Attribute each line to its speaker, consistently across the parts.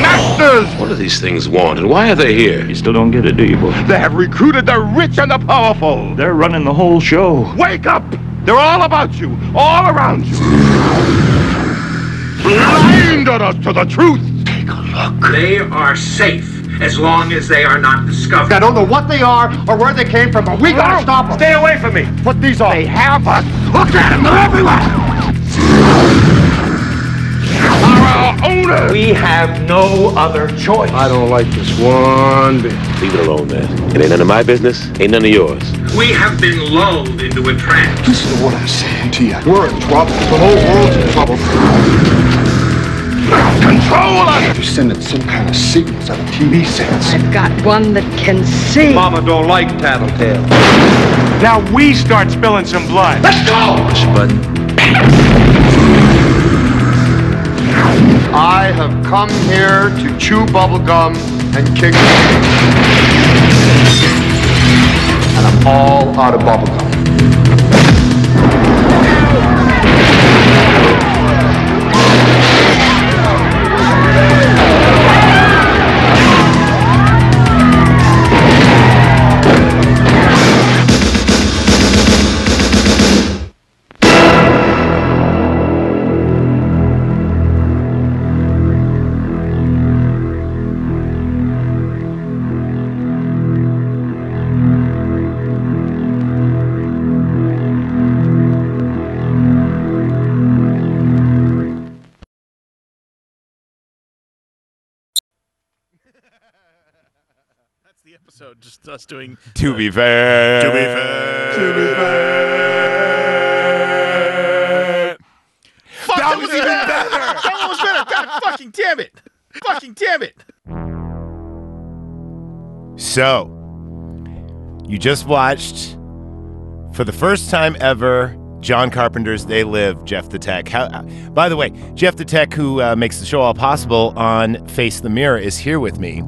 Speaker 1: masters.
Speaker 2: What do these things want, and why are they here?
Speaker 3: You still don't get it, do you, boy?
Speaker 1: They have recruited the rich and the powerful.
Speaker 3: They're running the whole show.
Speaker 1: Wake up! They're all about you, all around you. Blinded us to the truth.
Speaker 2: Take a look.
Speaker 4: They are safe as long as they are not discovered.
Speaker 5: I don't know what they are or where they came from, but we gotta stop them.
Speaker 4: Stay away from me.
Speaker 5: Put these on.
Speaker 1: They have us. Look at them. They're everywhere. Are our owners.
Speaker 4: We have no other choice.
Speaker 2: I don't like this one bit. Leave it alone, man. It ain't none of my business. Ain't none of yours.
Speaker 4: We have been lulled into a trance.
Speaker 5: Listen to what I'm saying to you. We're in trouble. The whole world's in trouble.
Speaker 1: Control us.
Speaker 5: They're sending some kind of signals out of TV sets.
Speaker 6: I've got one that can see.
Speaker 7: Mama don't like tattletales.
Speaker 4: Now we start spilling some blood.
Speaker 1: Let's go.
Speaker 2: Push button.
Speaker 5: I have come here to chew bubblegum and kick. And I'm all out of bubblegum.
Speaker 8: That's the episode. Just us doing.
Speaker 9: To be fair.
Speaker 8: To be fair. To be fair. Fuck, that, was even better. that one was better. God fucking damn it. Fucking damn it.
Speaker 9: So, you just watched for the first time ever John Carpenter's They Live, Jeff the Tech. How, uh, by the way, Jeff the Tech, who uh, makes the show all possible on Face the Mirror, is here with me.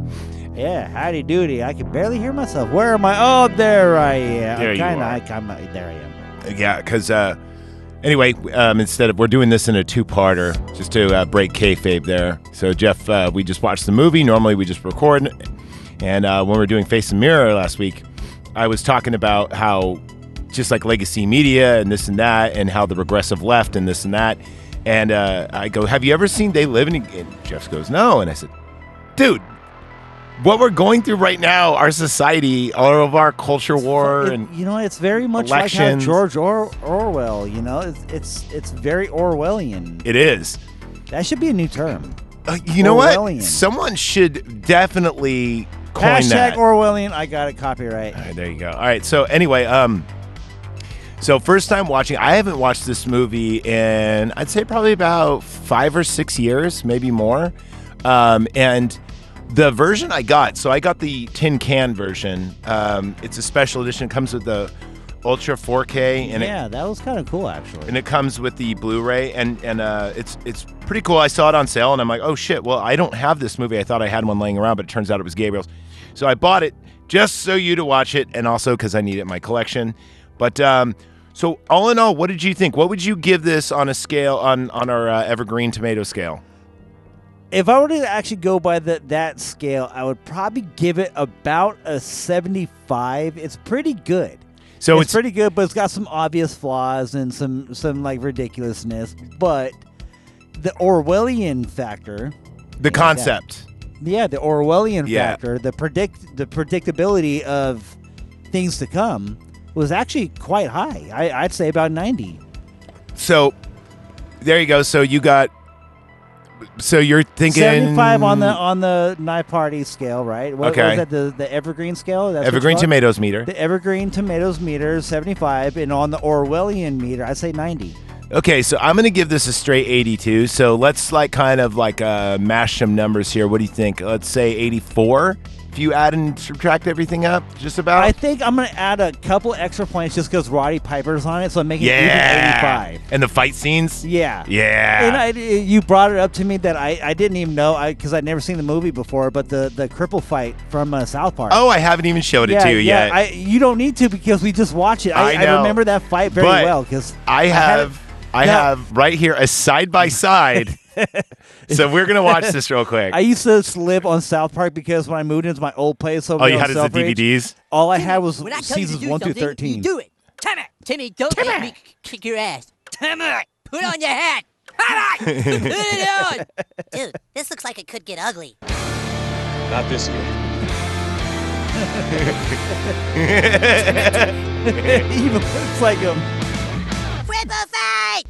Speaker 10: Yeah, howdy doody. I can barely hear myself. Where am I? Oh, there I am.
Speaker 9: There you
Speaker 10: kinda,
Speaker 9: are.
Speaker 10: I, kinda- there I am.
Speaker 9: Yeah, because uh, anyway, um, instead of we're doing this in a two-parter just to uh, break kayfabe there. So Jeff, uh, we just watched the movie. Normally we just record, and uh, when we were doing Face the Mirror last week, I was talking about how just like legacy media and this and that, and how the regressive left and this and that. And uh, I go, "Have you ever seen They Live?" in-" And Jeff goes, "No." And I said, "Dude." What we're going through right now, our society, all of our culture war,
Speaker 10: It-
Speaker 9: and
Speaker 10: you know, it's very much like how
Speaker 9: elections.
Speaker 10: George or- Orwell. You know, it's, it's it's very Orwellian.
Speaker 9: it is.
Speaker 10: That should be a new term.
Speaker 9: Uh, you know what?
Speaker 10: Orwellian.
Speaker 9: Someone should definitely coin
Speaker 10: Hashtag
Speaker 9: that.
Speaker 10: Orwellian. I got it. Copyright.
Speaker 9: All right, there you go. All right. So anyway, um, so first time watching. I haven't watched this movie in I'd say probably about five or six years, maybe more. Um, and the version I got, so I got the tin can version. Um, it's a special edition. It comes with the ultra 4K, and it
Speaker 10: yeah, that was kind of cool actually.
Speaker 9: and it comes with the Blu-ray, and and uh, it's it's pretty cool. I saw it on sale, and I'm like, oh shit! Well, I don't have this movie. I thought I had one laying around, but it turns out it was Gabriel's. So I bought it just so you to watch it, and also because I need it in my collection. But um, so all in all, what did you think? What would you give this on a scale on on our uh, Evergreen Tomato scale?
Speaker 10: if I were to actually go by the, that scale, I would probably give it about a 75. It's pretty good.
Speaker 9: So
Speaker 10: it's,
Speaker 9: it's-
Speaker 10: pretty good, but it's got some obvious flaws and some some like ridiculousness. But the Orwellian factor,
Speaker 9: The concept.
Speaker 10: yeah, the Orwellian
Speaker 9: Yeah.
Speaker 10: factor, the predict the predictability of things to come was actually quite high. I, I'd say about 90.
Speaker 9: So there you go. So you got. So you're thinking
Speaker 10: 75 on the on the night party scale, right? What,
Speaker 9: Okay.
Speaker 10: was that the the evergreen scale? That's what it's
Speaker 9: Evergreen
Speaker 10: called?
Speaker 9: Tomatoes meter.
Speaker 10: The evergreen tomatoes meter is 75, and on the Orwellian meter, I say 90.
Speaker 9: Okay, so I'm gonna give this a straight 82. So let's like kind of like uh, mash some numbers here. What do you think? Let's say 84. If you add and subtract everything up, just about.
Speaker 10: I think I'm going to add a couple extra points just because Roddy Piper's on it, so I'm making
Speaker 9: yeah.
Speaker 10: it even 85.
Speaker 9: And the fight scenes.
Speaker 10: Yeah.
Speaker 9: Yeah.
Speaker 10: And I, you brought it up to me that I, I didn't even know because I'd never seen the movie before, but the, the cripple fight from uh, South Park.
Speaker 9: oh, I haven't even showed it
Speaker 10: yeah,
Speaker 9: to you
Speaker 10: yeah.
Speaker 9: yet.
Speaker 10: I, you don't need to because we just watch it.
Speaker 9: I know.
Speaker 10: remember that fight very
Speaker 9: But
Speaker 10: well because
Speaker 9: I
Speaker 10: had it-
Speaker 9: have- I
Speaker 10: Now-
Speaker 9: have right here a side by side. So we're gonna watch this real quick.
Speaker 10: I used to live on South Park because when I moved into my old place over
Speaker 9: oh,
Speaker 10: there
Speaker 9: you
Speaker 10: on
Speaker 9: had it as
Speaker 10: South
Speaker 9: the
Speaker 10: Ridge,
Speaker 9: DVDs.
Speaker 10: All I had was
Speaker 11: When I tell
Speaker 10: seasons
Speaker 11: you to do
Speaker 10: one through
Speaker 11: something,
Speaker 10: thirteen.
Speaker 11: you do it. Timmy, Timmy, don't let me k- kick your ass. Timmy, put on your hat. Timmy, put it on. Dude, this looks like it could get ugly.
Speaker 2: Not this year.
Speaker 10: He even looks like um, him.
Speaker 11: Ripple fight.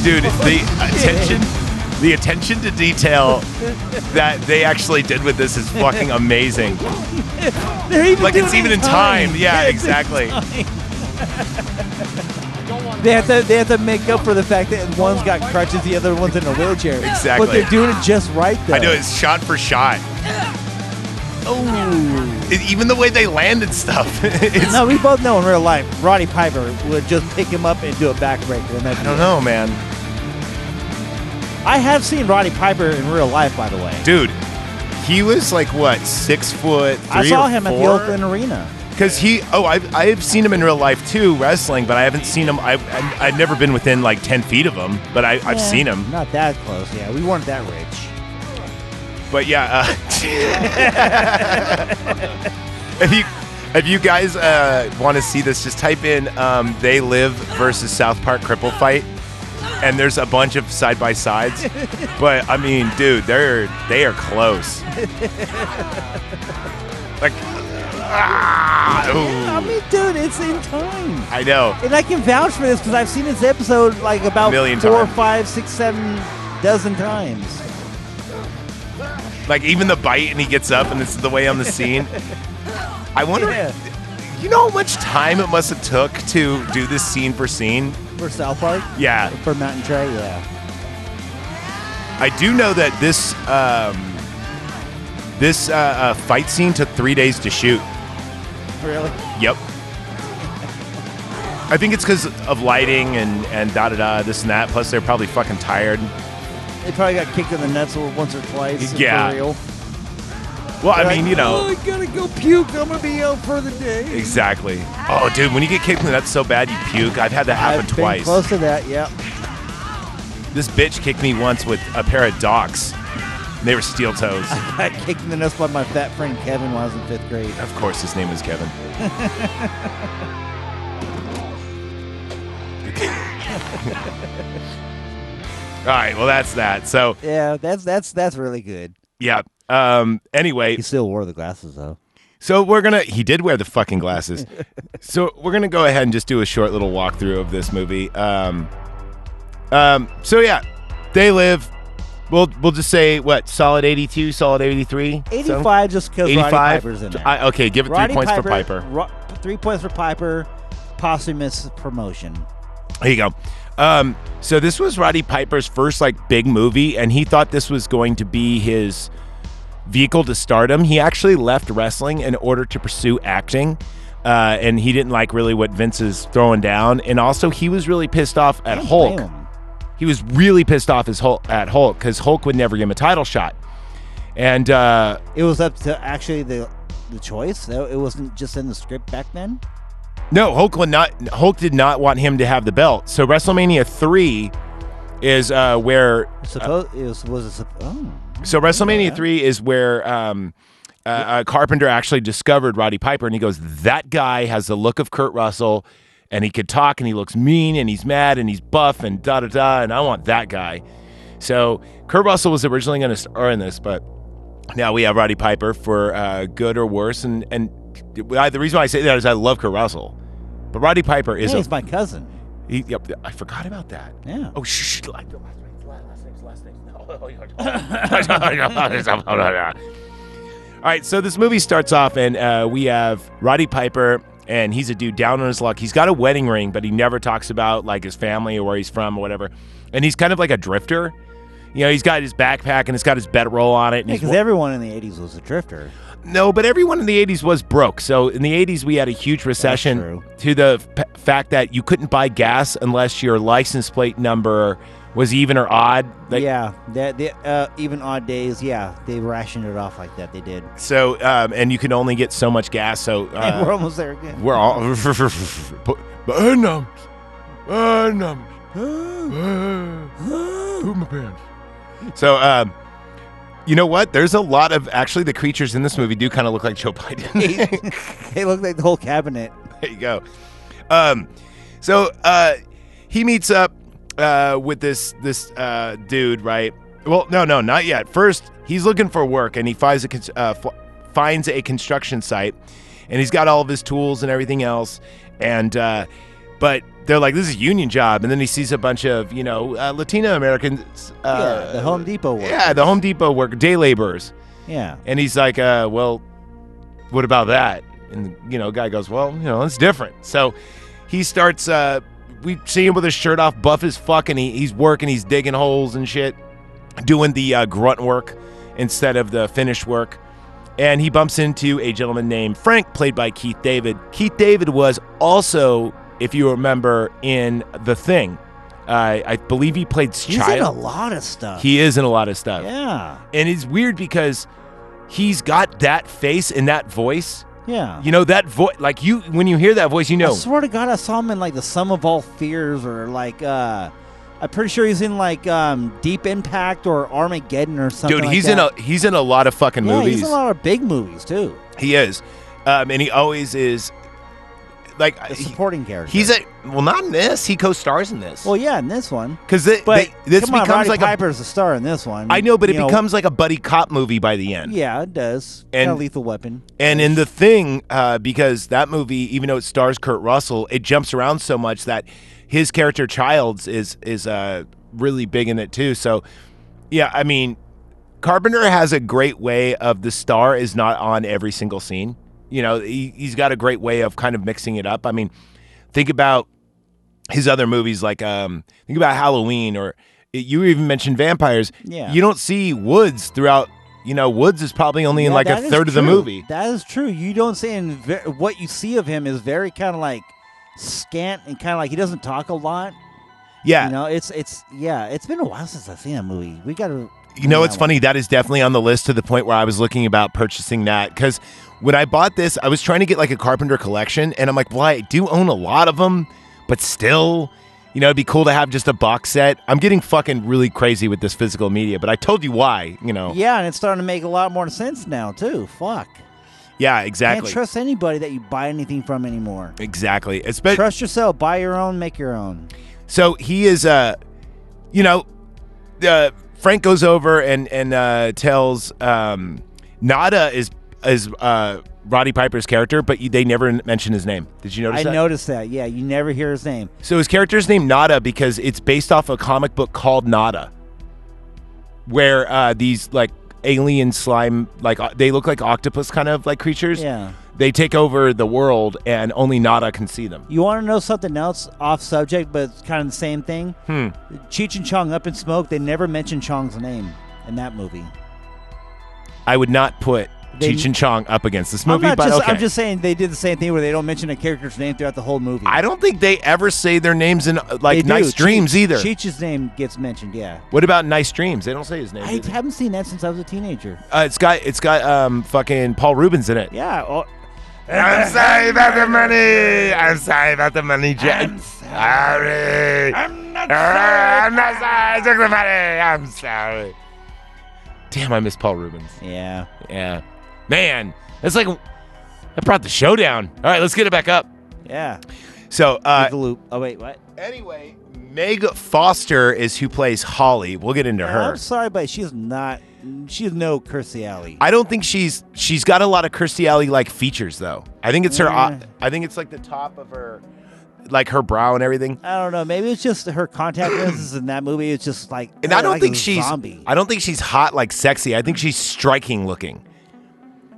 Speaker 9: Dude, the attention the attention to detail that they actually did with this is fucking amazing.
Speaker 10: They're even
Speaker 9: Like
Speaker 10: doing
Speaker 9: it's
Speaker 10: it
Speaker 9: even in time. Yeah, exactly.
Speaker 10: They have to they have to make up for the fact that one's got crutches, the other one's in a wheelchair.
Speaker 9: Exactly.
Speaker 10: But they're doing it just right though.
Speaker 9: I know it's shot for shot.
Speaker 10: Ooh.
Speaker 9: It- even the way they landed stuff. it's,
Speaker 10: No, we both know in real life, Roddy Piper would just pick him up and do a backbreaker. And
Speaker 9: I
Speaker 10: that's
Speaker 9: don't know, man.
Speaker 10: I have seen Roddy Piper in real life, by the way.
Speaker 9: Dude, he was like what six foot. Three
Speaker 10: I saw
Speaker 9: or
Speaker 10: him at the
Speaker 9: four?
Speaker 10: Oakland Arena.
Speaker 9: Because he, oh, I've, I've seen him in real life too, wrestling, but I haven't seen him. I've, I've, I've never been within like 10 feet of him, but I, I've
Speaker 10: Yeah,
Speaker 9: seen him.
Speaker 10: Not that close. Yeah, we weren't that rich.
Speaker 9: But yeah. Uh, if, you, if you guys uh, want to see this, just type in um, They Live versus South Park Cripple Fight. And there's a bunch of side by sides, but I mean, dude, they're they are close. Like, ah,
Speaker 10: I
Speaker 9: ooh,
Speaker 10: mean, dude, it's in time.
Speaker 9: I know.
Speaker 10: And I can vouch for this because I've seen this episode like about
Speaker 9: Million
Speaker 10: four,
Speaker 9: times.
Speaker 10: five, six, seven dozen times.
Speaker 9: Like even the bite, and he gets up, and it's the way on the scene. I wonder.
Speaker 10: Yeah.
Speaker 9: You know how much time it must have took to do this scene for scene.
Speaker 10: For South Park?
Speaker 9: Yeah.
Speaker 10: For Mountain Trey, yeah.
Speaker 9: I do know that this um, this uh, uh, fight scene took three days to shoot.
Speaker 10: Really?
Speaker 9: Yep. I think it's because of lighting and and da da da this and that. Plus they're probably fucking tired.
Speaker 10: They probably got kicked in the nuts once or twice.
Speaker 9: Yeah.
Speaker 10: For real.
Speaker 9: Well, I
Speaker 10: Like,
Speaker 9: mean, you know.
Speaker 10: Oh, I gotta go puke. I'm gonna be out for the day.
Speaker 9: Exactly. Oh, dude, when you get kicked in the nuts so bad you puke. I've had that happen
Speaker 10: I've
Speaker 9: twice.
Speaker 10: Been close to that, yeah.
Speaker 9: This bitch kicked me once with a pair of docks. They were steel toes.
Speaker 10: I got kicked in the nuts by my fat friend Kevin when I was in fifth grade.
Speaker 9: Of course, his name was Kevin. All right, well that's that. So
Speaker 10: Yeah, that's that's that's really good.
Speaker 9: yeah. Um. Anyway,
Speaker 10: He still wore the glasses though.
Speaker 9: so we're gonna. He did wear the fucking glasses. so we're gonna go ahead and just do a short little walkthrough of this movie. Um. Um. So yeah, they live. We'll we'll just say what solid eighty two, solid eighty three,
Speaker 10: Eighty-five, just because Roddy Piper's in there.
Speaker 9: I, okay, give it three
Speaker 10: Roddy
Speaker 9: points
Speaker 10: Piper,
Speaker 9: for Piper.
Speaker 10: Ro- three points for Piper. Posthumous promotion.
Speaker 9: There you go. Um, so this was Roddy Piper's first like big movie, and he thought this was going to be his vehicle to stardom. He actually left wrestling in order to pursue acting, uh, and he didn't like really what Vince is throwing down. And also, he was really pissed off at
Speaker 10: Can't
Speaker 9: Hulk.
Speaker 10: blame him.
Speaker 9: He was really pissed off his Hulk, at Hulk because Hulk would never give him a title shot. And uh,
Speaker 10: It was up to actually the the choice though. It wasn't just in the script back then.
Speaker 9: No, Hulk would not. Hulk did not want him to have the belt. So WrestleMania three is uh, where.
Speaker 10: Suppose it was was it? sup- Oh,
Speaker 9: So WrestleMania three is where um, uh, uh, Carpenter actually discovered Roddy Piper, and he goes, "That guy has the look of Kurt Russell, and he could talk, and he looks mean, and he's mad, and he's buff, and da da da, and I want that guy." So Kurt Russell was originally going to star in this, but now we have Roddy Piper for uh, good or worse, and and I, the reason why I say that is I love Kurt Russell, but Roddy Piper is
Speaker 10: hey,
Speaker 9: a
Speaker 10: he's my cousin.
Speaker 9: he, yep, I forgot about that.
Speaker 10: Yeah.
Speaker 9: Oh, shh. shh, like- oh, All right, so this movie starts off, and uh, we have Roddy Piper, and he's a dude down on his luck. He's got a wedding ring, but he never talks about like his family or where he's from or whatever. And he's kind of like a drifter. You know, he's got his backpack and it's got his bedroll on it. And he's
Speaker 10: Because
Speaker 9: wa-
Speaker 10: everyone in the '80s was a drifter.
Speaker 9: no, but everyone in the 80s was broke. So in the 80s, we had a huge recession
Speaker 10: true.
Speaker 9: to the p- fact that you couldn't buy gas unless your license plate number was even or odd. Like,
Speaker 10: yeah, that the uh, even odd days. Yeah, they rationed it off like that. They did.
Speaker 9: So, um, and you could only get so much gas. So
Speaker 10: And we're
Speaker 9: uh,
Speaker 10: almost there again.
Speaker 9: we're all.
Speaker 12: Burnums. Burnums. Poop my pants.
Speaker 9: So, um, you know what? There's a lot of actually the creatures in this movie do kind of look like Joe Biden.
Speaker 10: they look like the whole cabinet.
Speaker 9: there you go. Um, so uh, he meets up uh, with this this uh, dude, right? Well, no, no, not yet. First, he's looking for work, and he finds a cons- uh, f- finds a construction site, and he's got all of his tools and everything else. And uh, but they're like, "This is a union job," and then he sees a bunch of you know uh, Latino Americans. Uh,
Speaker 10: yeah, the Home Depot one.
Speaker 9: yeah, the Home Depot work day laborers.
Speaker 10: Yeah.
Speaker 9: And he's like, uh, well, what about that? And you know, guy goes, well, you know, it's different. So he starts. Uh, we see him with his shirt off, buff as fuck, and he, he's working. He's digging holes and shit, doing the uh, grunt work instead of the finish work. And he bumps into a gentleman named Frank, played by Keith David. Keith David was also, if you remember, in The Thing. Uh, I believe he played
Speaker 10: He's
Speaker 9: Child.
Speaker 10: in a lot of stuff.
Speaker 9: He is in a lot of stuff.
Speaker 10: Yeah.
Speaker 9: And it's weird because he's got that face and that voice.
Speaker 10: Yeah.
Speaker 9: You know, that voice, like you, when you hear that voice, you know.
Speaker 10: I swear to God, I saw him in like the Sum of All Fears or like, uh, I'm pretty sure he's in like um, Deep Impact or Armageddon or something.
Speaker 9: Dude,
Speaker 10: like
Speaker 9: he's in
Speaker 10: that.
Speaker 9: a he's in a lot of fucking
Speaker 10: yeah,
Speaker 9: movies.
Speaker 10: He's in a lot of big movies too.
Speaker 9: he is, um, and he always is. Like
Speaker 10: The supporting character.
Speaker 9: he's a well, not in this. He co-stars in this
Speaker 10: well, yeah, in this one.
Speaker 9: because this
Speaker 10: But come on,
Speaker 9: becomes
Speaker 10: Roddy
Speaker 9: like
Speaker 10: Piper's a star in this one.
Speaker 9: a. I know, but it
Speaker 10: You
Speaker 9: becomes like a buddy cop movie by the end.
Speaker 10: Yeah, it does.
Speaker 9: And-
Speaker 10: And Lethal Weapon.
Speaker 9: And in the thing, uh, because that movie, even though it stars Kurt Russell, it jumps around so much that his character Childs is is uh, really big in it too. So, yeah, I mean, Carpenter has a great way of the star is not on every single scene. You know, he, he's got a great way of kind of mixing it up. I mean, think about his other movies, like um, think about Halloween, or you even mentioned vampires.
Speaker 10: Yeah.
Speaker 9: you don't see Woods throughout. You know, Woods is probably only in
Speaker 10: Yeah,
Speaker 9: like a
Speaker 10: that is
Speaker 9: third of the
Speaker 10: true.
Speaker 9: movie.
Speaker 10: That is true. You don't see in ver- what you see of him is very kind of like scant and kind of like he doesn't talk a lot.
Speaker 9: Yeah.
Speaker 10: You know, it's it's yeah. It's been a while since I've seen that movie. We got to.
Speaker 9: You know, it's funny. That is definitely on the list to the point where I was looking about purchasing that because when I bought this, I was trying to get like a Carpenter collection, and I'm like, well, I do own a lot of them, but still, you know, it'd be cool to have just a box set. I'm getting fucking really crazy with this physical media, but I told you why. You know,
Speaker 10: Yeah, and it's starting to make a lot more sense now too. Fuck.
Speaker 9: yeah,
Speaker 10: Can't
Speaker 9: exactly,
Speaker 10: trust anybody that you buy anything from anymore.
Speaker 9: exactly. Espe-
Speaker 10: trust yourself. Buy your own. Make your own.
Speaker 9: So he is, uh, you know, uh, Frank goes over and and uh, tells um, Nada is is uh, Roddy Piper's character, but you, they never n- mention his name. Did you notice?
Speaker 10: I
Speaker 9: that?
Speaker 10: noticed that. Yeah, you never hear his name.
Speaker 9: So his character's named Nada because it's based off a comic book called Nada, where uh, these like alien slime, like o- they look like octopus kind of like creatures.
Speaker 10: Yeah.
Speaker 9: They take over the world, and only Nada can see them.
Speaker 10: You want to know something else off subject, but it's kind of the same thing?
Speaker 9: Hmm.
Speaker 10: Cheech and Chong Up in Smoke, they never mention Chong's name in that movie.
Speaker 9: I would not put
Speaker 10: They-
Speaker 9: Cheech and Chong up against this movie,
Speaker 10: I'm, not
Speaker 9: but
Speaker 10: just,
Speaker 9: okay.
Speaker 10: I'm just saying they did the same thing where they don't mention a character's name throughout the whole movie.
Speaker 9: I don't think they ever say their names in uh,
Speaker 10: They
Speaker 9: like
Speaker 10: do.
Speaker 9: Nice
Speaker 10: Cheech-
Speaker 9: Dreams either.
Speaker 10: Cheech's name gets mentioned, yeah.
Speaker 9: What about Nice Dreams? They don't say his name.
Speaker 10: I
Speaker 9: do they?
Speaker 10: haven't seen that since I was a teenager.
Speaker 9: Uh, it's got it's got um fucking Paul Rubens in it.
Speaker 10: Yeah. oh,
Speaker 9: I'm sorry about the money. I'm sorry about the money, Jack. I'm sorry. I'm not sorry. I'm not sorry. I took the money. I'm sorry. Damn, I miss Paul Rubens.
Speaker 10: yeah.
Speaker 9: Yeah, man, that's like I brought the show down. All right, let's get it back up.
Speaker 10: Yeah.
Speaker 9: So uh,
Speaker 10: Leave the loop. Oh, wait, what?
Speaker 9: Anyway, Meg Foster is who plays Holly. We'll get into her.
Speaker 10: I'm sorry, but she's not. She's no Kirstie Alley.
Speaker 9: I don't think she's she's got a lot of Kirstie Alley like features though. I think it's her. uh,
Speaker 10: Yeah.
Speaker 9: I think it's like the top of her, like her brow and everything.
Speaker 10: I don't know. Maybe it's just her contact lenses in that movie. It's just like uh,
Speaker 9: And I don't
Speaker 10: like a
Speaker 9: think she's.
Speaker 10: zombie.
Speaker 9: I don't think she's hot like sexy. I think she's striking looking.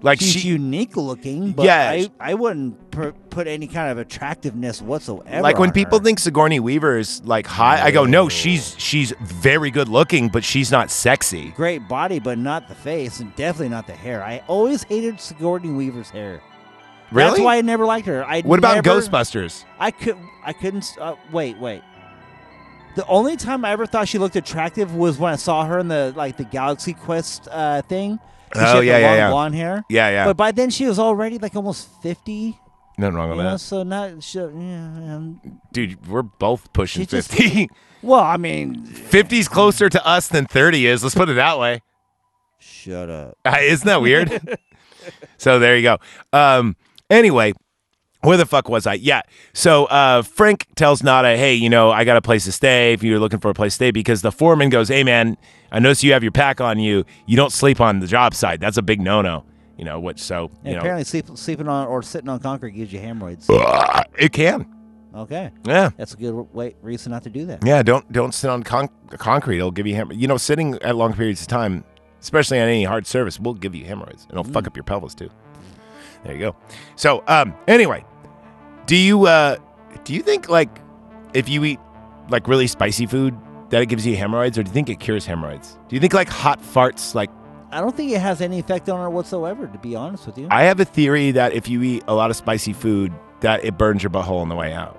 Speaker 9: Like
Speaker 10: She's
Speaker 9: she,
Speaker 10: unique looking, but
Speaker 9: Yeah,
Speaker 10: I,
Speaker 9: she-
Speaker 10: I wouldn't pr- put any kind of attractiveness whatsoever.
Speaker 9: like when
Speaker 10: on
Speaker 9: people
Speaker 10: her.
Speaker 9: think Sigourney Weaver is like hot, I go no, she's she's very good looking, but she's not sexy.
Speaker 10: great body, but not the face, and definitely not the hair. I always hated Sigourney Weaver's hair.
Speaker 9: Really?
Speaker 10: That's why I never liked her. I
Speaker 9: what about
Speaker 10: never-
Speaker 9: Ghostbusters?
Speaker 10: I could I couldn't s- uh, wait wait. The only time I ever thought she looked attractive was when I saw her in the like the Galaxy Quest uh, thing. 'cause
Speaker 9: Oh,
Speaker 10: she
Speaker 9: yeah,
Speaker 10: had the
Speaker 9: yeah,
Speaker 10: long
Speaker 9: yeah.
Speaker 10: blonde hair.
Speaker 9: Yeah, yeah.
Speaker 10: But by then she was already like almost fifty.
Speaker 9: Nothing wrong with
Speaker 10: You know,
Speaker 9: that.
Speaker 10: so not so, yeah, um,
Speaker 9: Dude, we're both pushing
Speaker 10: She just-
Speaker 9: 50.
Speaker 10: well, I mean,
Speaker 9: 50's closer to us than 30 is. Let's put it that way.
Speaker 10: Shut up.
Speaker 9: Uh, isn't that weird? so there you go. Um, anyway, where the fuck was I? Yeah. So uh, Frank tells Nada, hey, you know, I got a place to stay if you're looking for a place to stay because the foreman goes, hey, man, I notice you have your pack on you. You don't sleep on the job site. That's a big no no. You know, which so, you
Speaker 10: and apparently sleep, sleeping on or sitting on concrete gives you hemorrhoids.
Speaker 9: know, it can.
Speaker 10: Okay,
Speaker 9: Yeah.
Speaker 10: that's a good way, reason not to do that.
Speaker 9: Yeah, don't don't sit on con- concrete. It'll give you hemorrhoids. You know, sitting at long periods of time, especially on any hard surface, will give you hemorrhoids. It'll
Speaker 10: Mm.
Speaker 9: fuck up your pelvis too. There you go. So, um, anyway, do you uh, do you think like if you eat like really spicy food that it gives you hemorrhoids, or do you think it cures hemorrhoids? Do you think like hot farts? Like,
Speaker 10: I don't think it has any effect on her whatsoever. To be honest with you,
Speaker 9: I have a theory that if you eat a lot of spicy food, that it burns your butthole on the way out,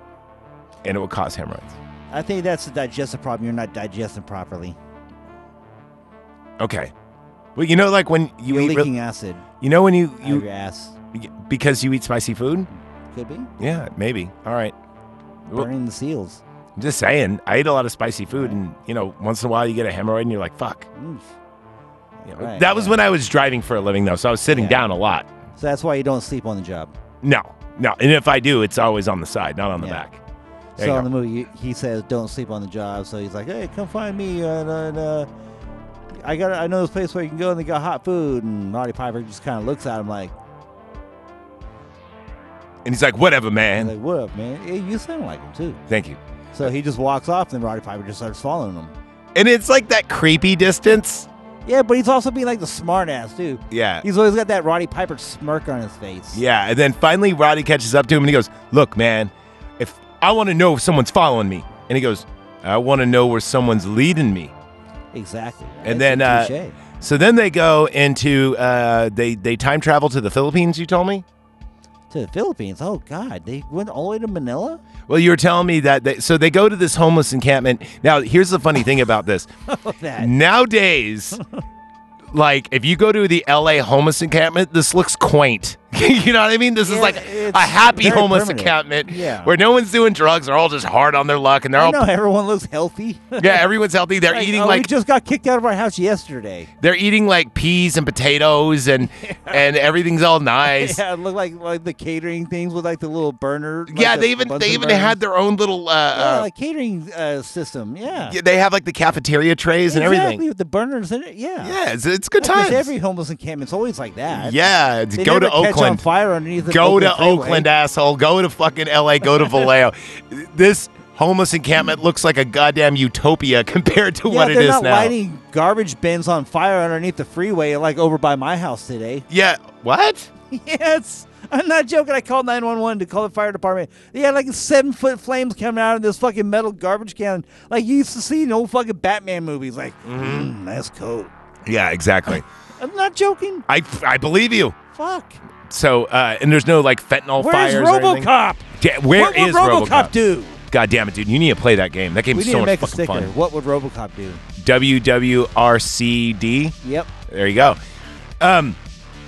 Speaker 9: and it will cause hemorrhoids.
Speaker 10: I think that's a digestive problem. You're not digesting properly.
Speaker 9: Okay. Well, you know, like when you
Speaker 10: You're
Speaker 9: eat re-
Speaker 10: leaking acid
Speaker 9: You know when you
Speaker 10: out
Speaker 9: you
Speaker 10: of your ass.
Speaker 9: because you eat spicy food?
Speaker 10: Could be
Speaker 9: Yeah, maybe. All right. Well,
Speaker 10: burning the seals.
Speaker 9: I'm just saying, I eat a lot of spicy food, and you know, once in a while you get a hemorrhoid, and you're like, "Fuck."
Speaker 10: Oof.
Speaker 9: You know,
Speaker 10: Right,
Speaker 9: that was when I was driving for a living, though, so I was sitting
Speaker 10: Yeah.
Speaker 9: down a lot.
Speaker 10: So that's why you don't sleep on the job.
Speaker 9: No, no, and if I do, it's always on the side, not on the
Speaker 10: Yeah.
Speaker 9: back. There
Speaker 10: so
Speaker 9: you go.
Speaker 10: in the movie, you- he says, "Don't sleep on the job." So he's like, "Hey, come find me." Uh, and, uh, I got, I know this place where you can go and they got hot food. And Roddy Piper just kind of looks at him like,
Speaker 9: and he's like, "Whatever, man."
Speaker 10: like, "What up, man? Hey, you sound like him too."
Speaker 9: Thank you.
Speaker 10: So he just walks off, and Roddy Piper just starts following him.
Speaker 9: And it's like that creepy distance.
Speaker 10: Yeah, but he's also being like the smart ass too.
Speaker 9: Yeah.
Speaker 10: He's always got that Roddy Piper smirk on his face.
Speaker 9: Yeah, and then finally Roddy catches up to him and he goes, "Look, man, if I want to know if someone's following me," and he goes, "I want to know where someone's leading me."
Speaker 10: Exactly.
Speaker 9: and
Speaker 10: That's
Speaker 9: then
Speaker 10: a
Speaker 9: uh,
Speaker 10: touche.
Speaker 9: so then they go into uh, they they time travel to the Philippines. You told me.
Speaker 10: to the Philippines. Oh God, they went all the way to Manila.
Speaker 9: Well, you were telling me that. They, so they go to this homeless encampment. Now, here's the funny thing about this.
Speaker 10: Oh, that.
Speaker 9: Nowadays, like if you go to the LA homeless encampment, this looks quaint. you know what I mean? This is
Speaker 10: Yeah,
Speaker 9: like a
Speaker 10: it's
Speaker 9: happy
Speaker 10: very
Speaker 9: homeless
Speaker 10: primitive.
Speaker 9: encampment
Speaker 10: Yeah.
Speaker 9: where no one's doing drugs. They're all just hard on their luck, and they're
Speaker 10: I
Speaker 9: all
Speaker 10: know everyone looks healthy.
Speaker 9: yeah, everyone's healthy. They're eating
Speaker 10: oh,
Speaker 9: like
Speaker 10: we just got kicked out of our house yesterday.
Speaker 9: they're eating like peas and potatoes, and and everything's all nice.
Speaker 10: Yeah, it looked like like the catering things with like the little burner. like
Speaker 9: yeah,
Speaker 10: the
Speaker 9: they even
Speaker 10: Bunsen
Speaker 9: they even
Speaker 10: burners.
Speaker 9: had their own little uh,
Speaker 10: yeah,
Speaker 9: uh
Speaker 10: like catering uh, system. Yeah,
Speaker 9: yeah, they have like the cafeteria trays
Speaker 10: exactly
Speaker 9: and everything.
Speaker 10: with the burners in it. Yeah,
Speaker 9: Yeah, it's, it's good
Speaker 10: Almost
Speaker 9: times.
Speaker 10: Every homeless encampment's always like that.
Speaker 9: yeah, it's-
Speaker 10: They
Speaker 9: go
Speaker 10: never
Speaker 9: to
Speaker 10: catch on
Speaker 9: Oakland.
Speaker 10: fire underneath. the
Speaker 9: Go to
Speaker 10: freeway.
Speaker 9: Oakland, asshole. Go to fucking LA. Go to Vallejo. this homeless encampment looks like a goddamn utopia compared to
Speaker 10: Yeah,
Speaker 9: what it
Speaker 10: they're
Speaker 9: is
Speaker 10: not
Speaker 9: now.
Speaker 10: lighting garbage bins on fire underneath the freeway, like over by my house today.
Speaker 9: Yeah, what?
Speaker 10: Yes, I'm not joking. I called 911 to call the fire department. They had like seven foot flames coming out of this fucking metal garbage can, like you used to see in old fucking Batman movies. Like,
Speaker 9: Mm-hmm.
Speaker 10: mm, that's cold.
Speaker 9: Yeah, exactly.
Speaker 10: I'm not joking.
Speaker 9: I, I believe you.
Speaker 10: Fuck.
Speaker 9: So uh, and there's no like fentanyl
Speaker 10: Where's
Speaker 9: fires. Or anything.
Speaker 10: RoboCop?
Speaker 9: Yeah, where
Speaker 10: what would
Speaker 9: is
Speaker 10: RoboCop,
Speaker 9: RoboCop?
Speaker 10: do?
Speaker 9: God damn it, dude! You need to play that game. That
Speaker 10: We
Speaker 9: game's
Speaker 10: need
Speaker 9: so
Speaker 10: to
Speaker 9: much
Speaker 10: make a
Speaker 9: fucking
Speaker 10: sticker.
Speaker 9: fun.
Speaker 10: What would RoboCop do?
Speaker 9: WWRCD.
Speaker 10: Yep.
Speaker 9: There you go. Um,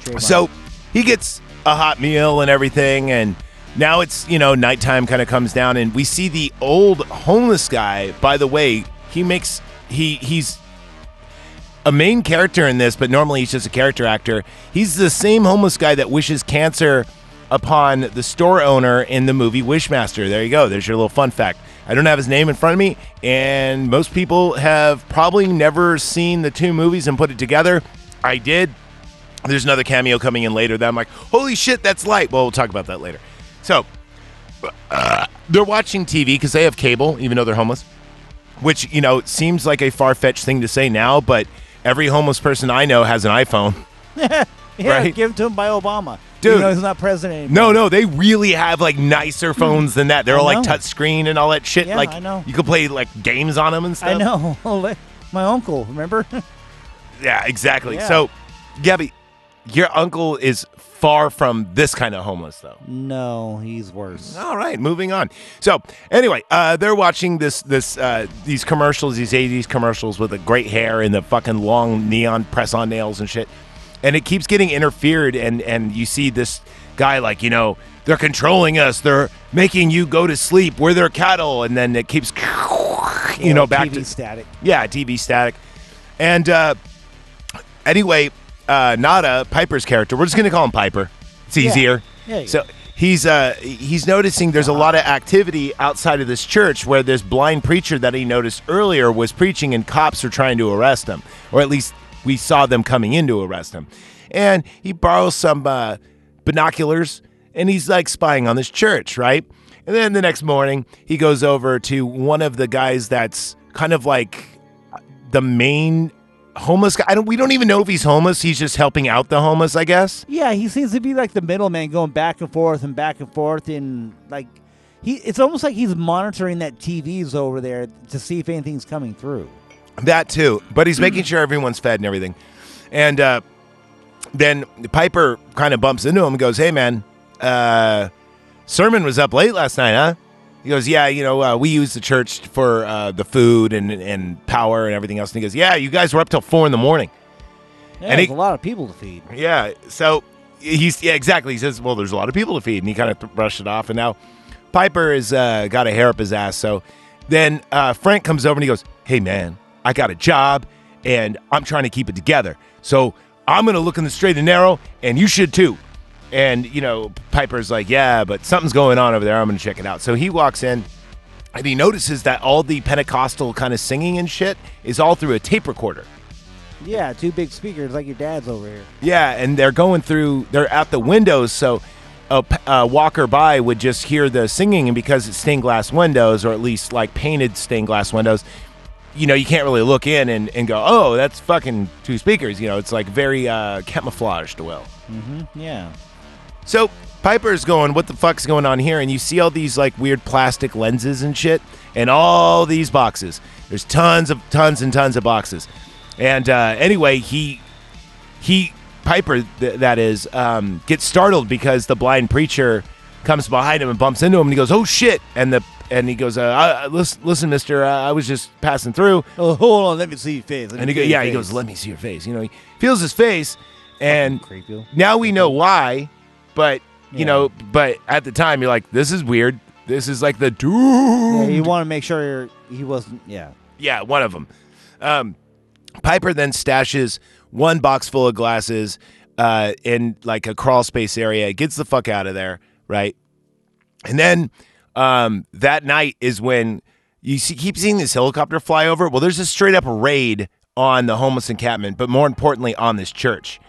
Speaker 10: Trademark.
Speaker 9: so he gets a hot meal and everything, and now it's you know nighttime kind of comes down, and we see the old homeless guy. By the way, he makes he he's a main character in this, but normally he's just a character actor. He's the same homeless guy that wishes cancer upon the store owner in the movie Wishmaster. There you go. There's your little fun fact. I don't have his name in front of me, and most people have probably never seen the two movies and put it together. I did. There's another cameo coming in later that I'm like, holy shit, that's light. Well, we'll talk about that later. So, uh, they're watching TV because they have cable, even though they're homeless which you know seems like a far-fetched thing to say now but every homeless person i know has an iphone
Speaker 10: Yeah,
Speaker 9: Right?
Speaker 10: give it to him by Obama.
Speaker 9: Dude.
Speaker 10: you know he's not president
Speaker 9: no
Speaker 10: anymore.
Speaker 9: no they really have like nicer phones than that they're all like
Speaker 10: Hmm. know.
Speaker 9: touch screen and all that shit
Speaker 10: Yeah,
Speaker 9: like
Speaker 10: I know.
Speaker 9: you could play like games on them and stuff
Speaker 10: I know. My uncle, remember?
Speaker 9: yeah exactly
Speaker 10: Yeah.
Speaker 9: so gabby your uncle is far from this kind of homeless though
Speaker 10: no, he's worse.
Speaker 9: All right, moving on. So anyway, uh, they're watching this this uh, these commercials, these '80s commercials with the great hair and the fucking long neon press on nails and shit, and it keeps getting interfered, and and you see this guy like, you know, they're controlling us. They're making you go to sleep. We're their cattle. And then it keeps, you know, back to
Speaker 10: static.
Speaker 9: Yeah, TV static. And uh, anyway, uh, Nada, Piper's character, we're just going to call him Piper. It's
Speaker 10: Yeah.
Speaker 9: easier.
Speaker 10: Yeah, yeah.
Speaker 9: So he's uh, he's noticing there's a lot of activity outside of this church where this blind preacher that he noticed earlier was preaching and cops are trying to arrest him, or at least we saw them coming in to arrest him. And he borrows some uh, binoculars and he's like spying on this church, right? And then the next morning, he goes over to one of the guys that's kind of like uh, the main homeless guy. I don't, we don't even know if he's homeless. He's just helping out the homeless, I guess.
Speaker 10: Yeah, he seems to be like the middleman, going back and forth and back and forth, and like he. It's almost like he's monitoring that TV's over there to see if anything's coming through.
Speaker 9: That too. But he's making sure everyone's fed and everything. And uh, then Piper kind of bumps into him and goes, Hey, man, uh, Sermon was up late last night, huh? He goes, Yeah, you know, uh, we use the church for uh, the food and, and power and everything else. And he goes, Yeah, you guys were up till four in the morning.
Speaker 10: Yeah,
Speaker 9: And
Speaker 10: there's
Speaker 9: he-
Speaker 10: a lot of people to feed.
Speaker 9: Yeah. So he's yeah exactly. He says, "Well, there's a lot of people to feed," and he kind of brushed it off. And now Piper has uh, got a hair up his ass. So then uh, Frank comes over and he goes, "Hey, man, I got a job, and I'm trying to keep it together. So I'm gonna look in the straight and narrow, and you should too." And you know, Piper's like, "Yeah, but something's going on over there. I'm gonna check it out." So he walks in. And he notices that all the Pentecostal kind of singing and shit is all through a tape recorder.
Speaker 10: Yeah, two big speakers like your dad's over here.
Speaker 9: Yeah, and they're going through. They're at the windows, so a, p- a walker by would just hear the singing, and because it's stained glass windows, or at least like painted stained glass windows, you know, you can't really look in and, and go, "Oh, that's fucking two speakers." You know, it's like very uh, camouflaged well.
Speaker 10: Mm-hmm. Yeah.
Speaker 9: So Piper's going, what the fuck's going on here? And you see all these like weird plastic lenses and shit, and all these boxes. There's tons of tons and tons of boxes. And uh, anyway, he he Piper th- that is um, gets startled because the blind preacher comes behind him and bumps into him, and he goes, "Oh shit!" And the and he goes, uh, uh, "Listen, listen, Mister, uh, I was just passing through."
Speaker 10: Oh, hold on. Let me see your face. Let
Speaker 9: And
Speaker 10: me
Speaker 9: he go,
Speaker 10: see your
Speaker 9: yeah, he
Speaker 10: face.
Speaker 9: goes, let me see your face. You know, he feels his face, and
Speaker 10: creepy.
Speaker 9: now we know why. But you
Speaker 10: Yeah.
Speaker 9: know, but at the time you're like, this is weird. This is like the
Speaker 10: Yeah,
Speaker 9: dude.
Speaker 10: you want to make sure he wasn't. Yeah.
Speaker 9: Yeah, one of them. Um, Piper then stashes one box full of glasses uh, in like a crawl space area. Gets the fuck out of there, right? And then um, that night is when you see, keep seeing this helicopter fly over. Well, there's a straight up raid on the homeless encampment, but more importantly, on this church,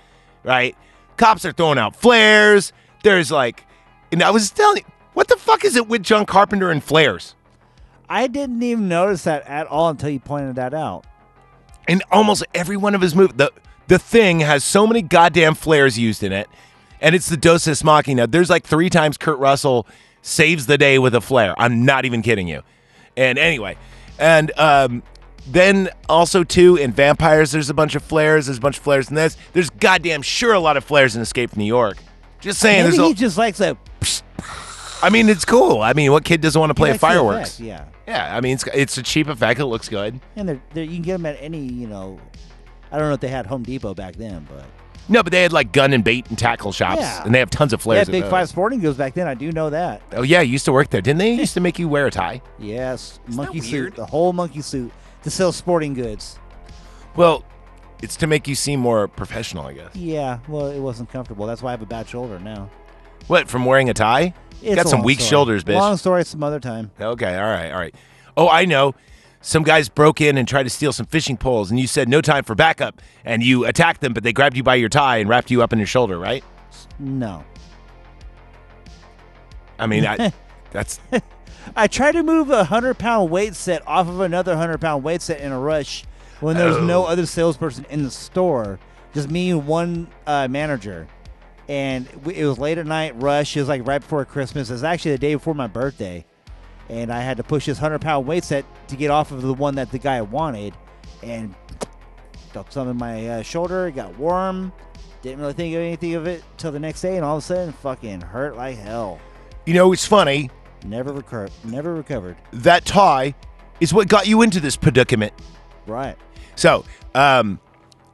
Speaker 9: right? Cops are throwing out flares. There's like, and I was telling you, what the fuck is it with John Carpenter and flares?
Speaker 10: I didn't even notice that at all until you pointed that out.
Speaker 9: in almost every one of his movies. The the thing has so many goddamn flares used in it, and it's the Dos Ex Machina. There's like three times Kurt Russell saves the day with a flare. I'm not even kidding you. And anyway, and um, then also too in Vampires, there's a bunch of flares. There's a bunch of flares in this. There's goddamn sure a lot of flares in Escape from New York. Just saying.
Speaker 10: Maybe
Speaker 9: There's
Speaker 10: he
Speaker 9: a,
Speaker 10: just likes that.
Speaker 9: I mean, it's cool. I mean, what kid doesn't want to play
Speaker 10: likes the effect,
Speaker 9: fireworks?
Speaker 10: yeah.
Speaker 9: Yeah. I mean, it's it's a cheap effect. It looks good.
Speaker 10: And they're, they're, you can get them at any, you know, I don't know if they had Home Depot back then, but
Speaker 9: No, but they had like gun and bait and tackle shops,
Speaker 10: Yeah.
Speaker 9: and they have tons of
Speaker 10: they
Speaker 9: flares.
Speaker 10: had
Speaker 9: at
Speaker 10: Big
Speaker 9: those.
Speaker 10: Five Sporting Goods back then. I do know that.
Speaker 9: Oh yeah, you used to work there, didn't they? Used to make you wear a tie.
Speaker 10: Yes, monkey suit, the whole monkey suit to sell sporting goods.
Speaker 9: Well, it's to make you seem more professional, I guess.
Speaker 10: Yeah, well, it wasn't comfortable. That's why I have a bad shoulder now.
Speaker 9: What from wearing a tie? You
Speaker 10: It's
Speaker 9: Got
Speaker 10: a
Speaker 9: some
Speaker 10: long
Speaker 9: weak
Speaker 10: story.
Speaker 9: shoulders, bitch.
Speaker 10: Long story, some other time.
Speaker 9: Okay, all right, all right. Oh, I know. Some guys broke in and tried to steal some fishing poles, and you said no time for backup, and you attacked them, but they grabbed you by your tie and wrapped you up in your shoulder, right?
Speaker 10: No,
Speaker 9: I mean, I, that's
Speaker 10: I tried to move a hundred pound weight set off of another hundred pound weight set in a rush when there was no other salesperson in the store, just me and one uh, manager. And we, it was late at night, rush. It was like right before Christmas. It was actually the day before my birthday, and I had to push this hundred pound weight set to get off of the one that the guy wanted, and felt something in my uh, shoulder. It got warm. Didn't really think of anything of it till the next day, and all of a sudden, fucking hurt like hell.
Speaker 9: you know, it's funny.
Speaker 10: Never recur, never recovered.
Speaker 9: That tie is what got you into this predicament.
Speaker 10: Right.
Speaker 9: So, um,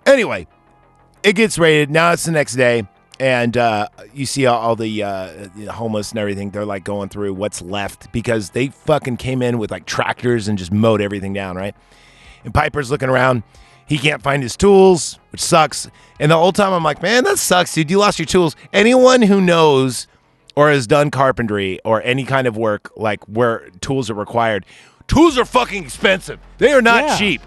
Speaker 9: anyway, it gets raided. Now it's the next day. and uh, you see all, all the uh, the homeless and everything. They're like going through what's left because they fucking came in with like tractors and just mowed everything down, right? And Piper's looking around. He can't find his tools, which sucks. And the whole time I'm like, man, that sucks, dude. You lost your tools. Anyone who knows or has done carpentry or any kind of work like where tools are required, tools are fucking expensive. They are not
Speaker 13: Yeah.
Speaker 9: cheap.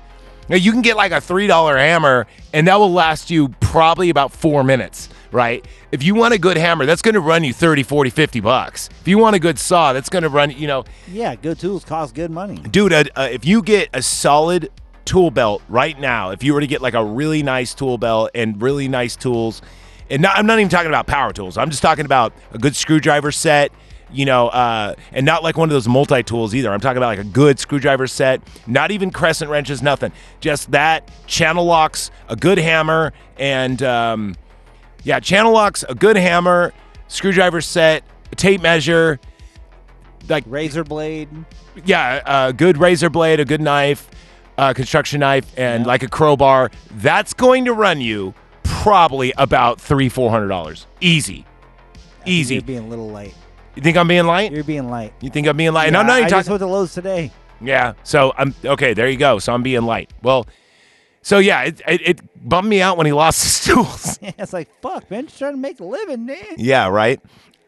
Speaker 9: Now you can get like a three dollar hammer, and that will last you probably about four minutes, right? If you want a good hammer, that's going to run you 30, 40, 50 bucks. If you want a good saw, that's going to run, you know,
Speaker 10: Yeah, good tools cost good money.
Speaker 9: dude. Uh, uh, if you get a solid tool belt right now, if you were to get like a really nice tool belt and really nice tools, and not, I'm not even talking about power tools. I'm just talking about a good screwdriver set. You know, uh, and not like one of those multi tools either. I'm talking about like a good screwdriver set, not even crescent wrenches, nothing. Just that channel locks, a good hammer, and um, yeah, channel locks, a good hammer, screwdriver set, a tape measure, like
Speaker 10: razor blade.
Speaker 9: Yeah, a good razor blade, a good knife, a construction knife, and like a crowbar. That's going to run you probably about three, four hundred dollars, easy, easy.
Speaker 10: You're being a little light.
Speaker 9: You think I'm being light?
Speaker 10: You're being light.
Speaker 9: You think I'm being light? and
Speaker 10: Yeah,
Speaker 9: I'm not even
Speaker 10: I
Speaker 9: talking.
Speaker 10: just went to Lowe's today.
Speaker 9: Yeah. So I'm okay. There you go. So I'm being light. Well, so yeah, it, it, it bummed me out when he lost his tools.
Speaker 10: it's like fuck, man, just trying to make a living, man.
Speaker 9: yeah. Right.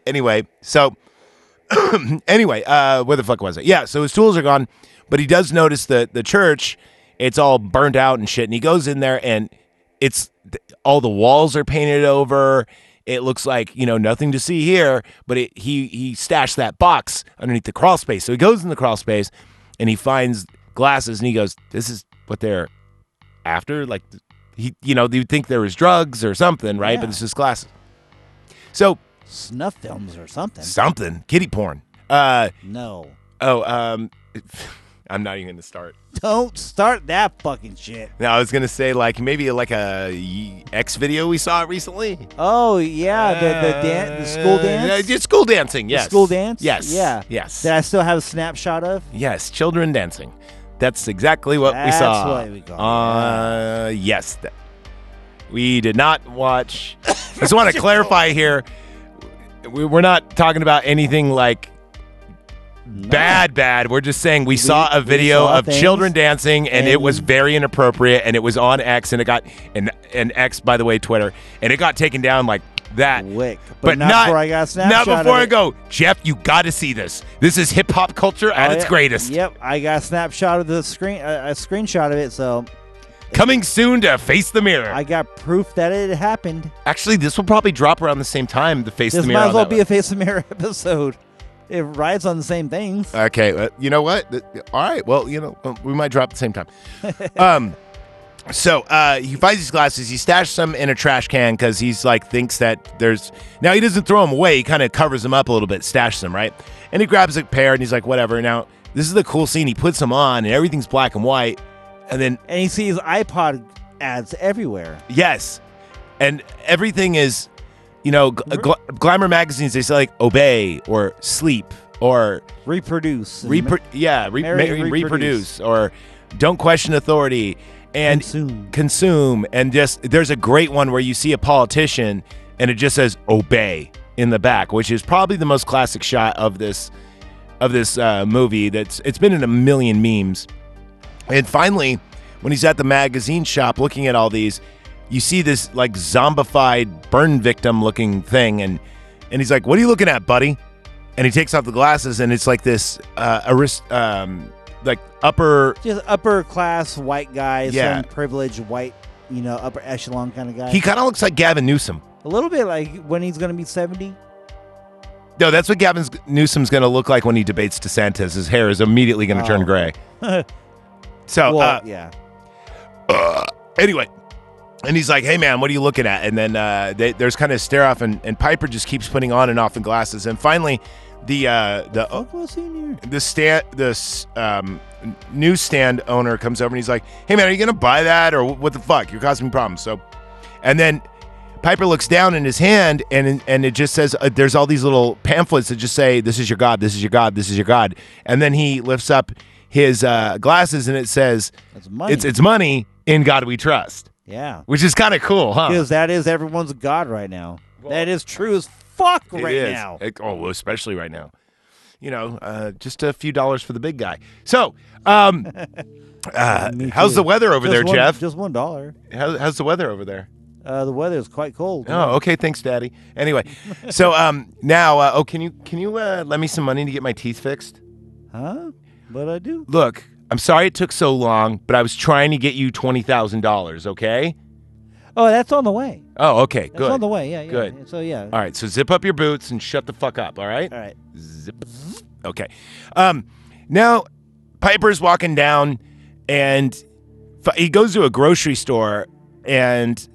Speaker 9: Anyway, so anyway, uh, where the fuck was it? Yeah. So his tools are gone, but he does notice the the church. It's all burnt out and shit. And he goes in there, and it's th- all the walls are painted over. It looks like you know nothing to see here, but it, he he stashed that box underneath the crawl space. So he goes in the crawl space, and he finds glasses, and he goes, "This is what they're after." Like he, you know, you'd think there was drugs or something, right? But it's just glasses. So
Speaker 10: snuff films or something.
Speaker 9: Something. Kitty porn. Uh
Speaker 10: No.
Speaker 9: Oh, um I'm not even gonna start.
Speaker 10: Don't start that fucking shit.
Speaker 9: No, I was gonna say like maybe like a y- X video we saw recently.
Speaker 10: Oh yeah, the the, dan- the school dance.
Speaker 9: Uh, yeah, school dancing,
Speaker 10: The
Speaker 9: yes.
Speaker 10: school dance.
Speaker 9: Yes.
Speaker 10: Yeah.
Speaker 9: Yes.
Speaker 10: That I still have a snapshot of.
Speaker 9: Yes, children dancing. That's exactly what
Speaker 10: That's
Speaker 9: we saw.
Speaker 10: what we
Speaker 9: Uh, yes. that- we did not watch. I just want to clarify here. We, we're not talking about anything like bad, bad. We're just saying we, saw a
Speaker 13: we
Speaker 9: video
Speaker 13: saw
Speaker 9: of
Speaker 13: things
Speaker 9: children dancing, and, it was
Speaker 13: and-
Speaker 9: very inappropriate, and it was on X, and it got and and X, by the way, Twitter, and it got taken down like that. Wick, but,
Speaker 10: not before I got a
Speaker 9: not
Speaker 10: snapshot of
Speaker 9: before I
Speaker 10: it.
Speaker 9: go, Jeff. You got to see this. This is hip hop culture at
Speaker 10: Oh,
Speaker 9: its
Speaker 10: yeah.
Speaker 9: greatest.
Speaker 10: Yep, I got a snapshot of the screen, uh, a screenshot of it. So
Speaker 9: Coming soon to Face the Mirror.
Speaker 10: I got proof that it happened.
Speaker 9: Actually, this will probably drop around the same time. The Face
Speaker 10: this
Speaker 9: the Mirror.
Speaker 10: might as
Speaker 9: on
Speaker 10: well
Speaker 9: that
Speaker 10: be
Speaker 9: one.
Speaker 10: a face of mirror episode. It rides on the same things.
Speaker 9: Okay, uh, you know what? Th- All right. Well, you know, uh, we might drop at the same time. um, so uh, he finds his glasses. He stashes them in a trash can because he's like thinks that there's now he doesn't throw them away. He kind of covers them up a little bit, stashes them right, and he grabs a pair and he's like, whatever. Now this is the cool scene. He puts them on and everything's black and white, and then
Speaker 10: and he sees iPod ads everywhere.
Speaker 9: Yes, and everything is, you know, gl- gl- glamour magazines. They say like obey or sleep or
Speaker 10: reproduce. and
Speaker 9: Repro-
Speaker 10: ma-
Speaker 9: yeah, re-
Speaker 10: marry
Speaker 9: marry
Speaker 10: and
Speaker 9: and reproduce.
Speaker 10: reproduce.
Speaker 9: or don't question authority and
Speaker 10: consume.
Speaker 9: uh, uh, um,
Speaker 10: Just upper class white guy,
Speaker 9: Yeah.
Speaker 10: some privileged white, you know, upper echelon kind of guy.
Speaker 9: He kind of looks like Gavin Newsom.
Speaker 10: a little bit like when he's gonna be seventy.
Speaker 9: No, that's what Gavin Newsom's going to look like when he debates DeSantis. His hair is immediately going to turn
Speaker 10: Oh.
Speaker 9: gray.
Speaker 10: well,
Speaker 9: So uh,
Speaker 10: yeah.
Speaker 9: uh, anyway, and he's like, "Hey man, what are you looking at?" And then uh, they, there's kind of a stare off, and, and Piper just keeps putting on and off in glasses, and finally, the uh, the the stand the s- um, newsstand owner comes over and he's like, "Hey man, are you gonna buy that or what the fuck? You're causing me problems." So, and then Piper looks down in his hand and and it just says, uh, "There's all these little pamphlets that just say, this is your god, this is your god, this is your god," and then he lifts up his uh, glasses and it says,
Speaker 10: money.
Speaker 9: It's it's money in God we trust."
Speaker 10: Yeah.
Speaker 9: Which is kind of cool, huh?
Speaker 10: Because that is everyone's god right now. that is true as fuck
Speaker 9: It
Speaker 10: right
Speaker 9: is.
Speaker 10: now.
Speaker 9: It- oh, well, especially right now. You know, uh, just a few dollars for the big guy. So, um, uh, how's the weather over
Speaker 10: Just
Speaker 9: there,
Speaker 10: one-
Speaker 9: Jeff?
Speaker 10: Just one dollar.
Speaker 9: How, how's the weather over there?
Speaker 10: Uh, the weather is quite cold.
Speaker 9: Oh, okay. Thanks, Daddy. Anyway, so um, now, uh, oh, can you can you uh, lend me some money to get my teeth fixed?
Speaker 10: Huh? But I do.
Speaker 9: Look, I'm sorry it took so long, but I was trying to get you twenty thousand dollars. Okay.
Speaker 10: Oh, that's on the way.
Speaker 9: Oh, okay.
Speaker 10: That's
Speaker 9: good.
Speaker 10: on the way. Yeah. yeah.
Speaker 9: Good.
Speaker 10: So yeah.
Speaker 9: All right, so zip up your boots and shut the fuck up, all right? All
Speaker 10: right.
Speaker 9: Zip. Okay. Um, now, Piper's walking down and f- he goes to a grocery store and